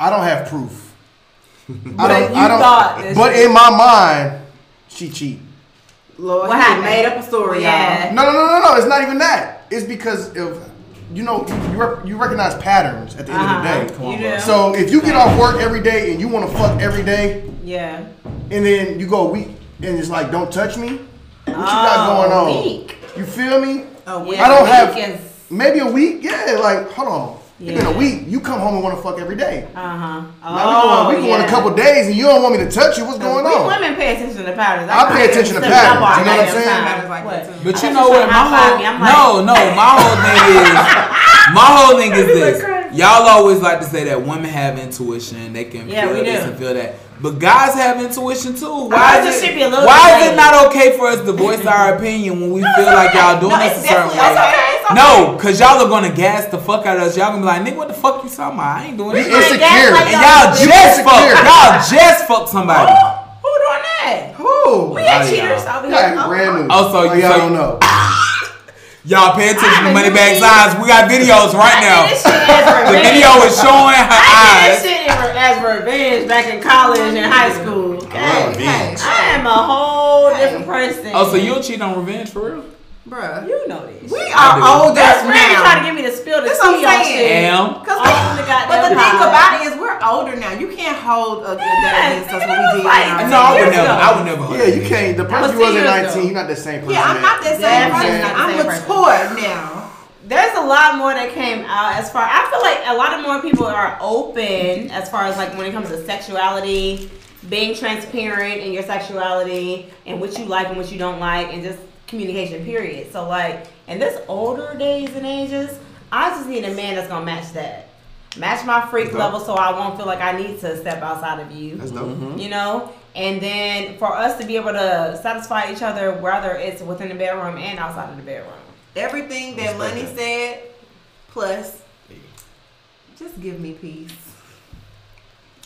E: I don't have proof.
B: But you thought this
E: but
B: was-
E: in my mind, she cheat.
C: Lord,
B: what
C: he
B: happened?
C: made up a story,
B: Yeah.
E: No, no, no, no, no. It's not even that. It's because of you know you, rec- you recognize patterns at the end of the day.
D: Come on,
B: you
D: bro.
B: do.
E: So if you get off work every day and you want to fuck every day,
B: yeah.
E: and then you go a week and it's like don't touch me, what you
B: Oh,
E: got going on?
B: week.
E: You feel me?
C: y'all.
B: Yeah,
E: I don't
B: week
E: have
B: is-
E: maybe a week. Yeah, like hold on. It's been
B: Yeah.
E: a week. You come home and want to fuck every day.
B: Uh-huh.
E: Now we going, we going
B: yeah.
E: a couple days and you don't want me to touch you. What's going
B: we
E: on?
B: women pay attention to patterns.
E: I pay
B: can't
E: attention to
B: sit up
E: patterns,
B: all
E: you know what
B: night
E: I'm saying?
B: sometimes.
C: Like
B: What?
C: that, too.
D: But
B: I thought
D: you know
B: you was
D: what? My
B: trying to high-five me. I'm
D: whole no, no. My whole thing
B: (laughs)
D: is my whole thing is this. Y'all always like to say that women have intuition. They can
B: Yeah,
D: feel
B: we
D: this
B: do.
D: and feel that. But guys have intuition too.
B: I
D: Why
B: just
D: is
B: should be a little
D: it, why
B: bit
D: is it not okay for us to voice
B: (laughs)
D: our opinion when we feel like y'all doing
C: No,
D: this
C: it's
D: a certain
C: definitely
D: way?
C: okay. It's okay.
D: No, cause y'all are gonna gas the fuck out of us. Y'all gonna be like, nigga, what the fuck you talking about? I ain't doing
E: We
D: this.
B: Like, that's
E: insecure.
B: like
D: And y'all
E: You
D: just
E: insecure.
D: fuck. Y'all just fuck somebody.
B: Who doing that?
E: Who?
B: We had
D: Why
B: cheaters
D: y'all?
B: over here.
E: Yeah,
B: Oh,
E: brand new.
D: Oh, so
E: like,
D: you-
E: y'all
D: so-
E: don't know.
D: Y'all pay attention to
B: I
D: Moneybag's
B: mean-
D: eyes. We got videos right
B: I
D: now.
B: did this shit as
D: The video
B: revenge.
D: is showing her
B: I did
D: eyes.
B: this shit as revenge back in college and high school.
C: Oh,
F: I love being.
B: I am a whole different person.
D: Oh, so you'll cheat on revenge for real?
C: Bruh.
B: you know this.
C: We are
D: I do.
C: old
B: That's
C: as
B: really trying to
C: now.
B: get me to spill the
C: That's what I'm
B: tea on
C: saying.
B: shit.
D: Damn.
C: Cause we-
B: Oh, the goddamn
C: But the thing
B: pie.
C: about it is, we're older now. You can't hold a that against us when we did.
B: Like,
C: now.
B: Ten
D: No, I would
B: years
D: never.
B: ago.
D: I would never.
E: Yeah, you can't. The person
B: was
E: you was
B: ten
E: at
B: years
E: 19,
B: ago.
E: you're not the same person.
C: Yeah, I'm not that same
B: Yeah, (laughs)
C: person.
E: I'm
B: not the
C: I'm
B: same
C: mature now.
B: There's a lot more that came out as far. I feel like a lot of more people are open as far as like when it comes to sexuality, being transparent in your sexuality and what you like and what you don't like, and just communication. Period. So like in this older days and ages, I just need a man that's gonna match that. Match my freak
F: Okay.
B: level so I won't feel like I need to step outside of you.
F: That's dope.
B: You know? And then for us to be able to satisfy each other, whether it's within the bedroom and outside of the bedroom.
C: Everything that
F: Respect
C: money
F: that.
C: said, plus,
F: There you go.
C: just give me (laughs) peace.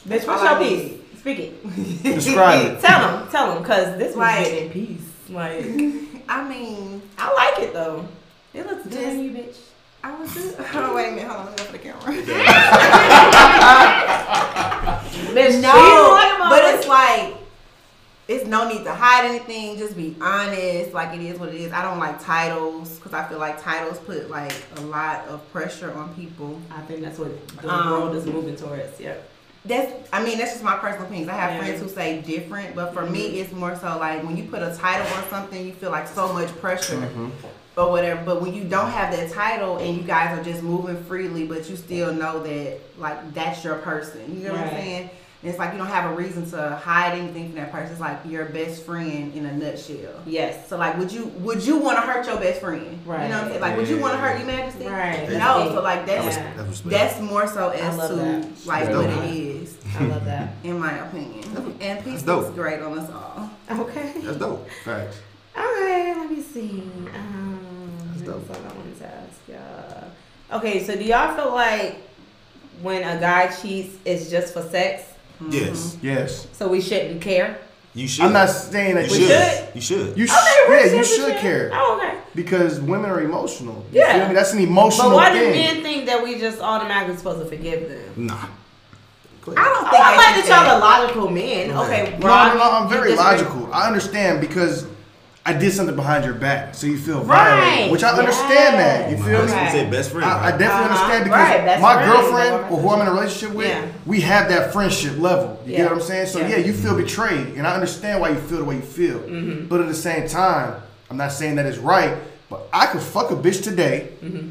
B: Bitch, what's
C: All
B: your
C: I
B: piece? Speak it.
E: Describe it.
B: Tell him, tell him, cause this was
C: Right.
B: written in peace. Like
C: I mean,
B: I like it though. It looks good
C: Just-
B: on you, bitch.
C: I was just. (laughs) Oh, wait a minute. Hold on. Let me go for the camera. (laughs)
B: Bitch,
C: No, but it's like it's no need to hide anything. Just be honest. Like it is what it is. I don't like titles because I feel like titles put like a lot of pressure on people.
B: I think that's what the
C: Um,
B: world is moving towards. Yeah.
C: That's I mean that's just my personal opinions. I have
B: Yeah. Mm-hmm.
C: friends who say different, but for me it's more so like when you put a title on something, you feel like so much pressure.
F: Mm-hmm.
C: Or whatever, but when you don't have that title and you guys are just moving freely, but you still know that like that's your person. You know what I'm
B: Right.
C: saying? And it's like you don't have a reason to hide anything from that person. It's like your best friend in a nutshell.
B: Yes.
C: So like, would you would you want to hurt your best friend? You
B: Right.
C: know what I'm saying? Like, would you want to hurt your Majesty?
B: Right.
C: No. So like
F: That was,
C: that's
B: Yeah.
F: that was
C: that's more so as
B: love
C: to
B: that.
C: like
E: Yeah.
C: what it is,
B: I love that.
C: in my opinion. And peace is
F: dope.
C: great on us all.
B: (laughs) okay.
F: that's dope.
E: Facts.
B: All right. Let me see. Um,
F: That's dope.
B: that's all I wanted to ask y'all. Okay. So do y'all feel like when a guy cheats, it's just for sex?
F: Yes,
E: Yes.
B: So we shouldn't care.
F: you should.
E: I'm not saying
F: You
E: that
F: should.
E: you
B: should.
F: You should.
E: You sh-
B: we're
E: yeah, you
B: just-
E: should care
B: Oh, okay.
E: because women are emotional. You
B: Yeah.
E: feel me? That's an emotional
B: But why do
E: thing.
B: men think that we just automatically supposed to forgive them?
F: Nah.
C: I don't
B: Oh,
C: think
B: I
C: I
B: like that y'all are logical men. Okay,
E: No,
B: Rob,
E: no, no, I'm
B: you
E: very
B: disagree?
E: logical. I understand because I did something behind your back, so you feel
B: Right.
E: violated, which I
B: Yes.
E: understand that. You
F: Nah,
E: feel
F: that's
E: me?
F: what
B: Right.
F: you said best
E: I,
F: friend.
E: I
F: right?
E: definitely
B: Uh-huh.
E: understand because
B: Right, best
E: my
B: friend,
E: girlfriend
B: like-
E: or who I'm in a relationship with,
B: Yeah.
E: we have that friendship level. You
B: Yeah.
E: get what I'm saying? So
B: Yeah.
E: yeah, you feel betrayed, and I understand why you feel the way you feel.
B: Mm-hmm.
E: But at the same time, I'm not saying that it's right. But I could fuck a bitch today
B: Mm-hmm.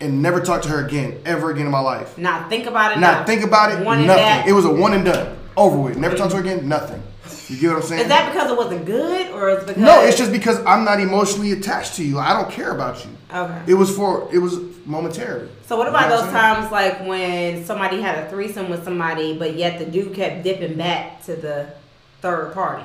E: and never talk to her again, ever again in my life.
B: Not think about it.
E: Not
B: now.
E: think about it.
B: One and
E: nothing.
B: that.
E: It was a one and done. Over with. Never talk to her again. Nothing. You get what I'm saying?
B: Is that because it wasn't good, or is it because
E: no, it's just because I'm not emotionally attached to you. I don't care about you.
B: Okay.
E: It was for. It was momentarily.
B: So what about
E: You know
B: those
E: I'm saying?
B: times like when somebody had a threesome with somebody, but yet the dude kept dipping back to the third party?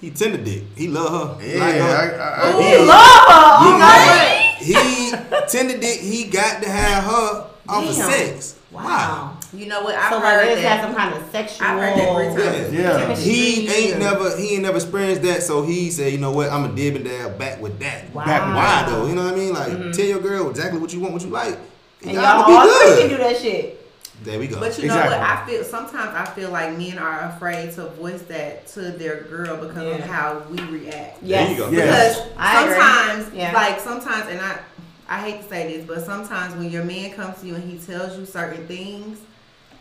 F: He tender dick. He love her. Like
B: uh,
E: Yeah,
F: her.
E: I, I, I,
B: Ooh,
F: did.
B: love her.
F: He
B: Oh
F: got-
B: my.
F: He tender dick. He got to have her off of
B: Damn.
F: sex.
B: Wow.
C: You know what? I've
B: So like,
C: heard
B: it's had
C: that.
B: some kind of sexual.
C: I've heard that three times.
F: Yeah.
E: Yeah.
F: He
B: chemistry
F: ain't
B: or-
F: never he ain't never experienced that, so he said, you know what, I'm a dib and dab back with that.
B: Wow. Mm-hmm.
F: Why though? You know what I mean? Like tell your girl exactly what you want, what you like.
B: And
F: y'all
B: y'all
F: gonna
B: all
F: be
B: three can
F: good.
B: do that shit.
F: There we go.
C: But you know
E: Exactly.
C: what? I feel sometimes I feel like men are afraid to voice that to their girl because of
B: Yeah.
C: how we react.
F: there you
B: Yes.
F: go.
E: Yes.
C: Because
B: I agree.
C: sometimes,
B: Yeah.
C: like sometimes, and I, I hate to say this, but sometimes when your man comes to you and he tells you certain things,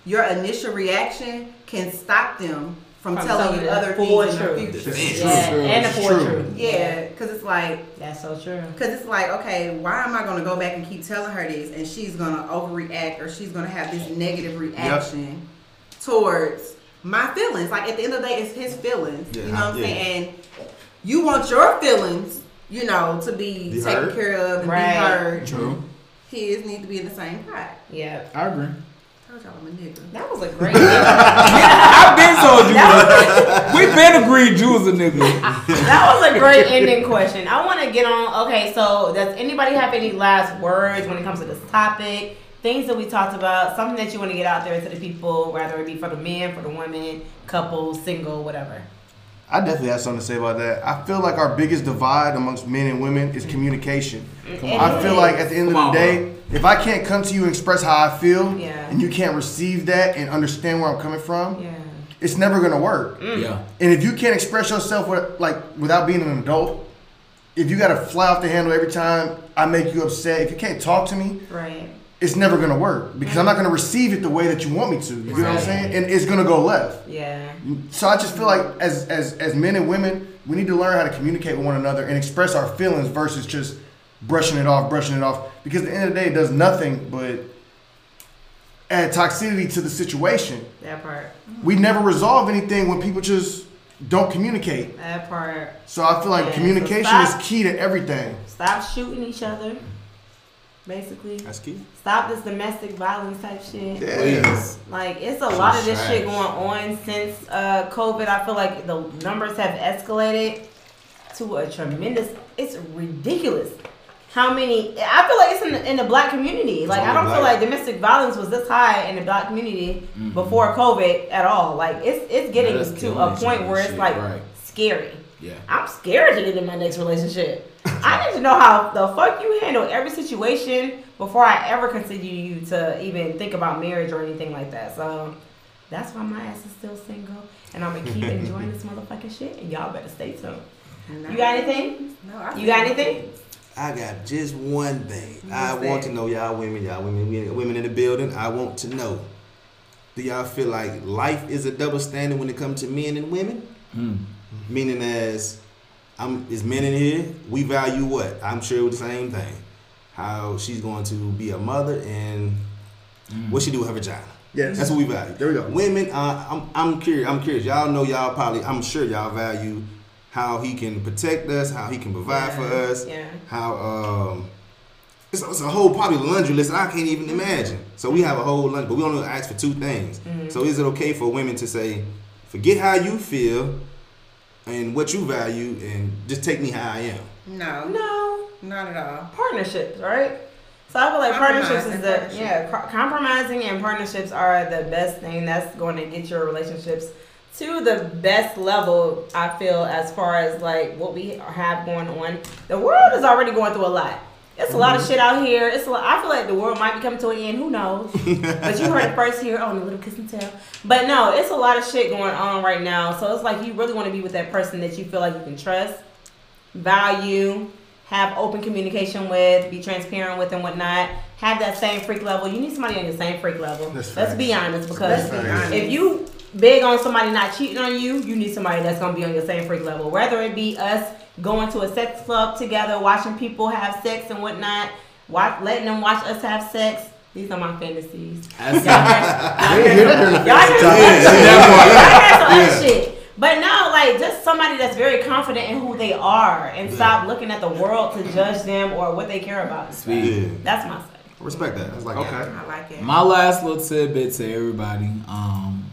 C: your initial reaction can stop them from,
B: From
C: telling
B: telling
C: you
B: the
C: other
B: full
C: things in the
B: truth.
C: future.
E: This is
F: It's
E: true.
B: Yeah,
E: girl.
B: and the
E: It's
B: four
E: true.
B: truth.
C: Yeah, because it's like,
B: that's so true.
C: because it's like, okay, why am I going to go back and keep telling her this, and she's going to overreact or she's going to have this negative reaction towards my feelings? Like at the end of the day, it's his feelings. you
F: Yeah,
C: know
F: I-
C: what I'm
F: yeah.
C: saying? And you want your feelings, you know, to be
F: Be
C: taken
F: heard.
C: care of and
B: Right.
C: be heard.
D: True.
C: His need to be in the same pot.
B: Yeah.
D: I agree.
C: told y'all I'm a nigga.
B: That
F: (laughs)
B: was a great. that
D: (laughs) I've been told you. was- we been agreed you was a nigga.
B: was a great ending question. I want to get on. Okay, so does anybody have any last words when it comes to this topic? Things that we talked about, something that you want to get out there to the people, whether it be for the men, for the women, couple, single, whatever.
E: I definitely have something to say about that. I feel like our biggest divide amongst men and women is communication.
B: It
E: I feel
B: is.
E: like at the end
D: Come
E: of
D: on,
E: the day, if I can't come to you and express how I feel,
B: Yeah.
E: and you can't receive that and understand where I'm coming from,
B: Yeah.
E: it's never gonna work.
D: Yeah.
E: And if you can't express yourself with, like without being an adult, if you gotta fly off the handle every time I make you upset, if you can't talk to me,
B: Right.
E: it's never gonna work because I'm not gonna receive it the way that you want me to. You know what I'm saying? And it's gonna go left.
B: Yeah.
E: So I just feel like as as as men and women, we need to learn how to communicate with one another and express our feelings versus just brushing it off, brushing it off. Because at the end of the day, it does nothing but add toxicity to the situation.
B: That part.
E: We never resolve anything when people just don't communicate.
B: That part.
E: So I feel like
B: Yeah, so
E: communication
B: stop.
E: is key to everything.
B: Stop shooting each other. basically.
F: That's key.
B: Stop this domestic violence type shit.
D: Please.
B: Like it's a lot of this
F: trash.
B: shit going on since uh, COVID. I feel like the numbers have escalated to a tremendous. It's ridiculous how many. I feel like it's in the, in the black community. Like I
F: only
B: don't feel
F: black.
B: like domestic violence was this high in the black community before COVID at all. Like it's it's getting
D: Mm-hmm. that's
B: to
D: killing
B: a
D: each
B: point
D: other
B: where it's
D: shit,
B: like
D: right.
B: scary.
D: Yeah.
B: I'm scared to get in my next relationship. I need to know how the fuck you handle every situation before I ever consider you to even think about marriage or anything like that. So that's why my ass is still single, and I'm gonna keep enjoying this motherfucking shit. And y'all better stay tuned. You got anything?
C: No, I
B: You got anything?
F: I got just one thing. I
B: What's
F: want
B: that?
F: to know y'all women, y'all women, we- women in the building. I want to know. Do y'all feel like life is a double standard when it comes to men and women?
B: Hmm.
F: Meaning, as I'm, is men in here? We value what? I'm sure it was the same thing. How she's going to be a mother and
B: Hmm.
F: what she do with her vagina.
E: Yes.
F: that's what we value.
E: There we go.
F: Women, uh, I'm, I'm curious. I'm curious. Y'all know y'all probably. I'm sure y'all value how he can protect us, how he can provide for
B: Yeah,
F: us,
B: yeah.
F: how um, it's, it's a whole probably laundry list I can't
B: Mm-hmm.
F: even imagine. So we have a whole laundry, but we only ask for two things.
B: Mm-hmm.
F: So is it okay for women to say, forget how you feel and what you value, and just take me how I am?
C: No,
B: No
C: not at all.
B: partnerships, right? So I feel like partnerships is
C: Compromise and
B: the
C: partnership.
B: yeah co- compromising and partnerships are the best thing that's going to get your relationships to the best level. I feel as far as like what we have going on, the world is already going through a lot. It's a lot of shit out here. It's a lot, I feel like the world might be coming to an end. Who knows? but you heard it first here on the Little Kiss and Tell. But no, it's a lot of shit going on right now. So it's like you really want to be with that person that you feel like you can trust value, have open communication with, be transparent with, and whatnot. Have that same freak level. You need somebody on your same freak level.
E: That's
B: Let's
E: facts.
B: be honest because
E: That's facts.
B: if you big on somebody not cheating on you, you need somebody that's gonna be on your same freak level. Whether it be us going to a sex club together, watching people have sex and whatnot, watch, letting them watch us have sex. These are my fantasies.
D: That's
E: (laughs) They ain't hear that during the
B: Y'all hear some other shit. Y'all hear some
E: first time. Yeah.
B: other shit. But no, like just somebody that's very confident in who they are and stop looking at the world to judge them or what they care about.
F: Yeah,
B: That's my say.
F: I respect that. That's like
E: Okay.
C: I like it.
D: My last little tidbit to everybody, um,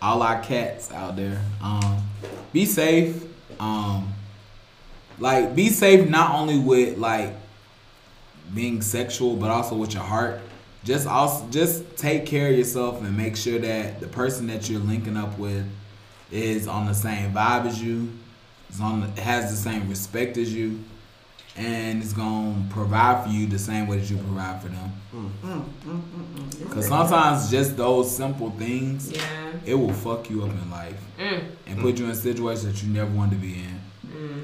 D: all our cats out there, um, be safe. Um, like be safe not only with like being sexual, but also with your heart. Just also just take care of yourself and make sure that the person that you're linking up with is on the same vibe as you, is on the, has the same respect as you, and is gonna provide for you the same way that you provide for them. Cause sometimes just those simple things,
B: Yeah.
D: it will fuck you up in life
B: Mm.
D: and put you in situations that you never wanted to be in.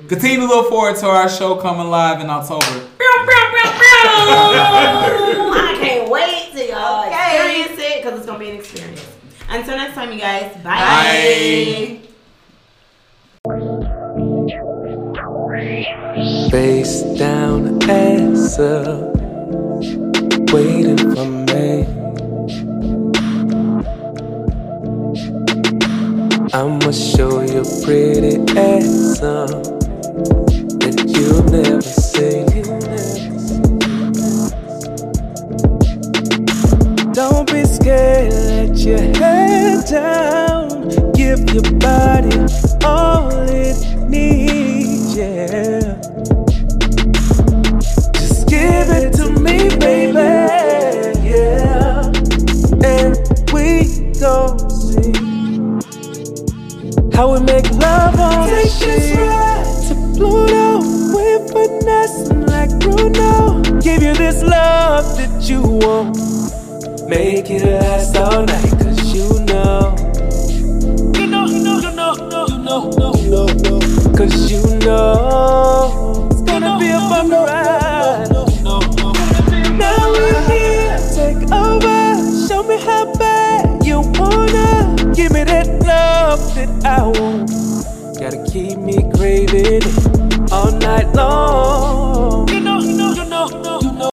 D: Continue to look forward to our show coming live in October.
B: I can't wait to y'all
C: Okay.
B: experience it because it's gonna be an experience. Until next time, you guys. Bye.
D: Bye.
A: Face down, ass up, waiting for me. I'ma show your pretty ass up that you'll never see. Don't be scared, let your head down, give your body all it needs, yeah. Just give it to me, baby. Yeah. And we gon' see how we make love on Take this ride to Pluto. We're finessing like Bruno. Give you this love that you want. Make it last all night, cause you know. You know, you know, you know, you know, you know, you know, you know. Cause you know it's gonna be a fun ride. Now we're here, take over. Show me how bad you wanna. Give me that love that I want. Gotta keep me craving it all night long.